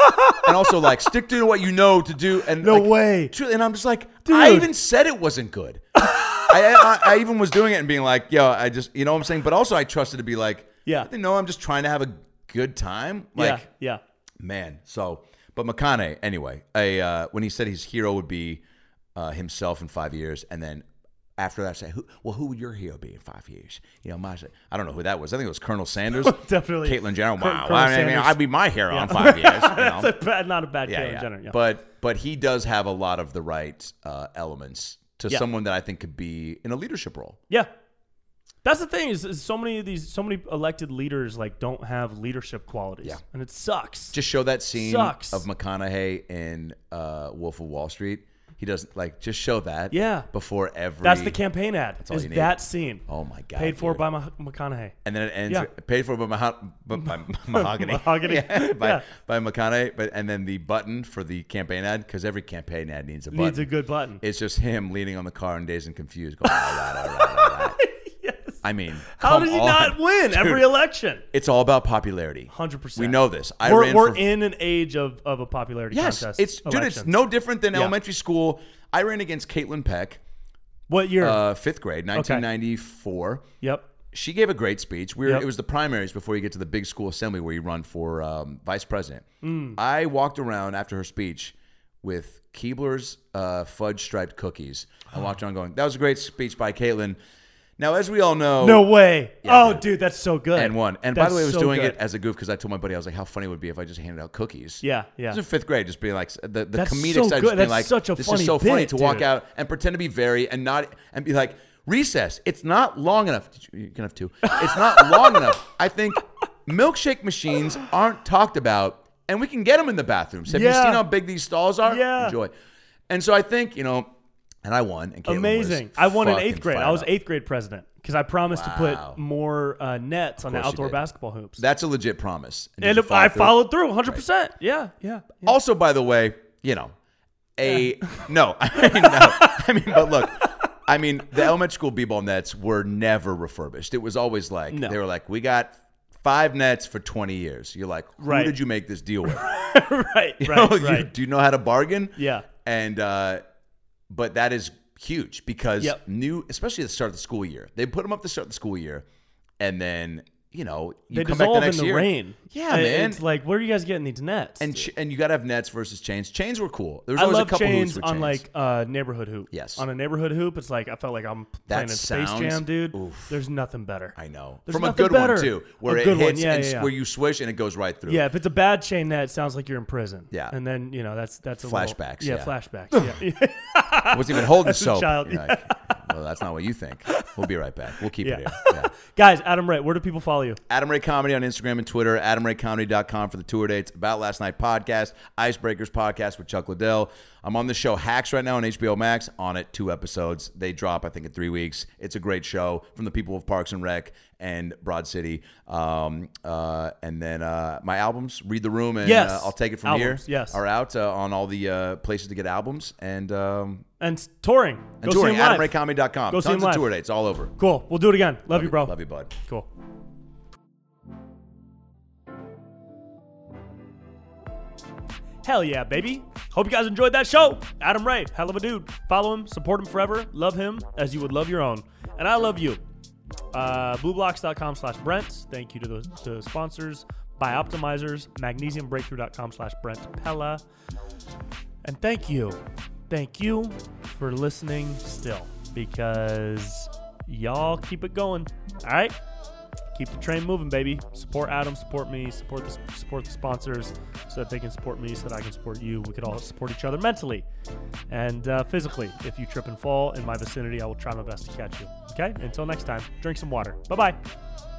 S2: And also, like, stick to what you know to do. And
S1: No
S2: like,
S1: way.
S2: tru- And I'm just like, I
S1: Dude.
S2: even said it
S1: *laughs*
S2: wasn't good. I, I, I even was doing it and being like, yo, I just, you know what I'm saying? But also, I trusted to be like,
S1: Yeah.
S2: you know, I'm just trying to have a good time. Like,
S1: yeah. Yeah.
S2: man. So, but McConaughey, anyway, I, uh, when he said his hero would be uh, himself in five years, and then after that, I say, who, well, who would your hero be in five years? You know, my, I don't know who that was. I think it was Colonel Sanders.
S1: *laughs* Definitely.
S2: Caitlyn Jenner.
S1: Col-
S2: Wow.
S1: Colonel
S2: I mean,
S1: Sanders.
S2: I'd be my hero in
S1: *laughs*
S2: five years. You know?
S1: That's a bad, not a bad
S2: yeah,
S1: Caitlyn
S2: yeah.
S1: Jenner. Yeah.
S2: But but he does have a lot of the right uh, elements to
S1: Yeah.
S2: someone that I think could be in a leadership role.
S1: Yeah. That's the thing is, is so many of these so many elected leaders like don't have leadership qualities.
S2: Yeah.
S1: And it sucks.
S2: Just show that scene
S1: Sucks.
S2: of McConaughey in uh, Wolf of Wall Street. He doesn't like just show that.
S1: Yeah.
S2: Before every.
S1: That's the campaign ad.
S2: all
S1: is
S2: you need.
S1: that scene.
S2: Oh my god.
S1: paid for
S2: dude.
S1: by Ma- McConaughey.
S2: And then it ends.
S1: Yeah.
S2: Paid for by, Maha-
S1: *laughs*
S2: by, by mahogany.
S1: Mahogany.
S2: *laughs* Yeah, by,
S1: Yeah.
S2: by McConaughey. But and then the button for the campaign ad because every campaign ad needs a button.
S1: Needs a good button.
S2: it's just him leaning on the car and dazed and confused, going, all right, all right, all right.
S1: *laughs* yes.
S2: I mean,
S1: *laughs* How
S2: come
S1: did he
S2: on.
S1: not
S2: *laughs*
S1: win every election?
S2: It's all about popularity.
S1: 100%.
S2: We know this. I
S1: we're
S2: ran
S1: we're
S2: for,
S1: in an age of, of a popularity
S2: yes.
S1: contest.
S2: It's dude. It's
S1: elections.
S2: no different than elementary school. I ran against Caitlin Peck,
S1: What year?
S2: uh, oh. fifth grade, 1994.
S1: yep.
S2: She gave a great speech. We were,
S1: Yep.
S2: It was the primaries before you get to the big school assembly where you run for um, vice president.
S1: Mm.
S2: I walked around after her speech with Keebler's uh, fudge striped cookies.
S1: *gasps*
S2: I walked around going, "That was a great speech by Caitlin." Now, as we all know,
S1: No way. oh,
S2: dude.
S1: dude, that's so good.
S2: and one. And by
S1: That's
S2: the way, I was
S1: so
S2: doing
S1: good.
S2: it as a goof because I told my buddy I was like, "How funny it would be if I just handed out cookies."
S1: Yeah, yeah.
S2: This is in fifth grade, just being like the, the
S1: That's
S2: comedic
S1: so good.
S2: side, just being
S1: That's
S2: like,
S1: such a
S2: "This
S1: funny
S2: is so funny
S1: bit,
S2: to walk
S1: dude.
S2: out and pretend to be very and not and be like recess. It's not long enough. Did you- You can have two. It's
S1: *laughs*
S2: not long enough. I think milkshake machines aren't talked about, and we can get them in the bathrooms. Have you
S1: Yeah.
S2: seen how big these stalls are?
S1: Yeah.
S2: Enjoy. And so I think you know and I won. And Caitlin was
S1: Amazing. I won in
S2: fucking
S1: eighth grade.
S2: fired
S1: I was
S2: up.
S1: eighth grade president because I promised to
S2: Wow.
S1: put more uh, nets on the
S2: course you
S1: outdoor
S2: did.
S1: basketball hoops.
S2: That's a legit promise. did
S1: and
S2: you
S1: if
S2: follow
S1: I
S2: through?
S1: followed through 100%. Yeah, yeah.
S2: *laughs*
S1: yeah.
S2: Also, by the way, you know, a *laughs* no, I mean, no, I mean, but look, I mean, the elementary school b-ball nets were never refurbished. It was always like they were like, we got five nets for twenty years. You're like, who
S1: Right.
S2: did you make this deal with?
S1: right,
S2: You
S1: right,
S2: know, *laughs* you-
S1: right.
S2: do you know how to bargain?
S1: Yeah.
S2: And uh, but that is huge because
S1: Yep.
S2: new, especially at the start of the school year, they put them up to start the school year, and then you know you
S1: They
S2: come back
S1: dissolve
S2: the next
S1: in the
S2: year.
S1: rain.
S2: Yeah,
S1: I-
S2: man.
S1: It's like, where are you guys getting these nets?
S2: And, ch- and you gotta have nets versus chains. Chains were cool. There was
S1: I
S2: always
S1: love
S2: a couple
S1: chains
S2: hoops with
S1: on
S2: chains.
S1: like uh, neighborhood hoop.
S2: Yes.
S1: On a neighborhood hoop, it's like I felt like I'm playing
S2: That
S1: in Space
S2: sounds-
S1: Jam, dude.
S2: oof.
S1: There's nothing better.
S2: I know
S1: There's
S2: from a
S1: nothing
S2: good
S1: better.
S2: one too, where
S1: A
S2: it
S1: good one,
S2: hits
S1: yeah,
S2: and
S1: yeah,
S2: s-
S1: yeah.
S2: where you swish and it goes right through.
S1: Yeah, if it's a bad chain net, it sounds like you're in prison.
S2: Yeah.
S1: And then, you know, that's that's a
S2: Flashbacks,
S1: Little, yeah,
S2: yeah.
S1: flashbacks. yeah. *laughs* yeah.
S2: I wasn't
S1: *laughs*
S2: even holding
S1: a
S2: soap.
S1: child,
S2: You're like, well, that's not what
S1: *laughs*
S2: you think. We'll be right back. We'll keep it
S1: Yeah.
S2: here. Yeah.
S1: Guys, Adam Wright, where do people follow you?
S2: Adam Ray Comedy on Instagram and Twitter, adamraycomedy.com for the tour dates, About Last Night podcast, Icebreakers podcast with Chuck Liddell. I'm on the show Hacks right now on HBO Max, on it, two episodes. They drop, I think, in three weeks. It's a great show from the people of Parks and Rec and Broad City. Um, uh, and then uh, my albums, Read the Room, and
S1: Yes.
S2: uh, I'll Take It From
S1: Albums,
S2: Here,
S1: yes.
S2: are out uh, on all the uh, places to get albums. And, um,
S1: And s- touring.
S2: and
S1: Go
S2: touring,
S1: see him live.
S2: adamraycomedy.com.
S1: Go
S2: Tons
S1: see him
S2: of
S1: live.
S2: tour dates all over.
S1: Cool. We'll do it again. Love, you, bro.
S2: Love you, bud.
S1: Cool. Hell yeah, baby. Hope you guys enjoyed that show. Adam Ray, hell of a dude. Follow him, support him forever. Love him as you would love your own. And I love you. Uh, blueblocks.com slash Brent. Thank you to the, to the sponsors, Bioptimizers, magnesiumbreakthrough.com slash Brent Pella. And thank you. Thank you for listening still because y'all keep it going. All right? Keep the train moving, baby. Support Adam, support me, support the support the sponsors so that they can support me so that I can support you. We could all support each other mentally and uh, physically. If you trip and fall in my vicinity, I will try my best to catch you. Okay? Until next time, drink some water. Bye-bye.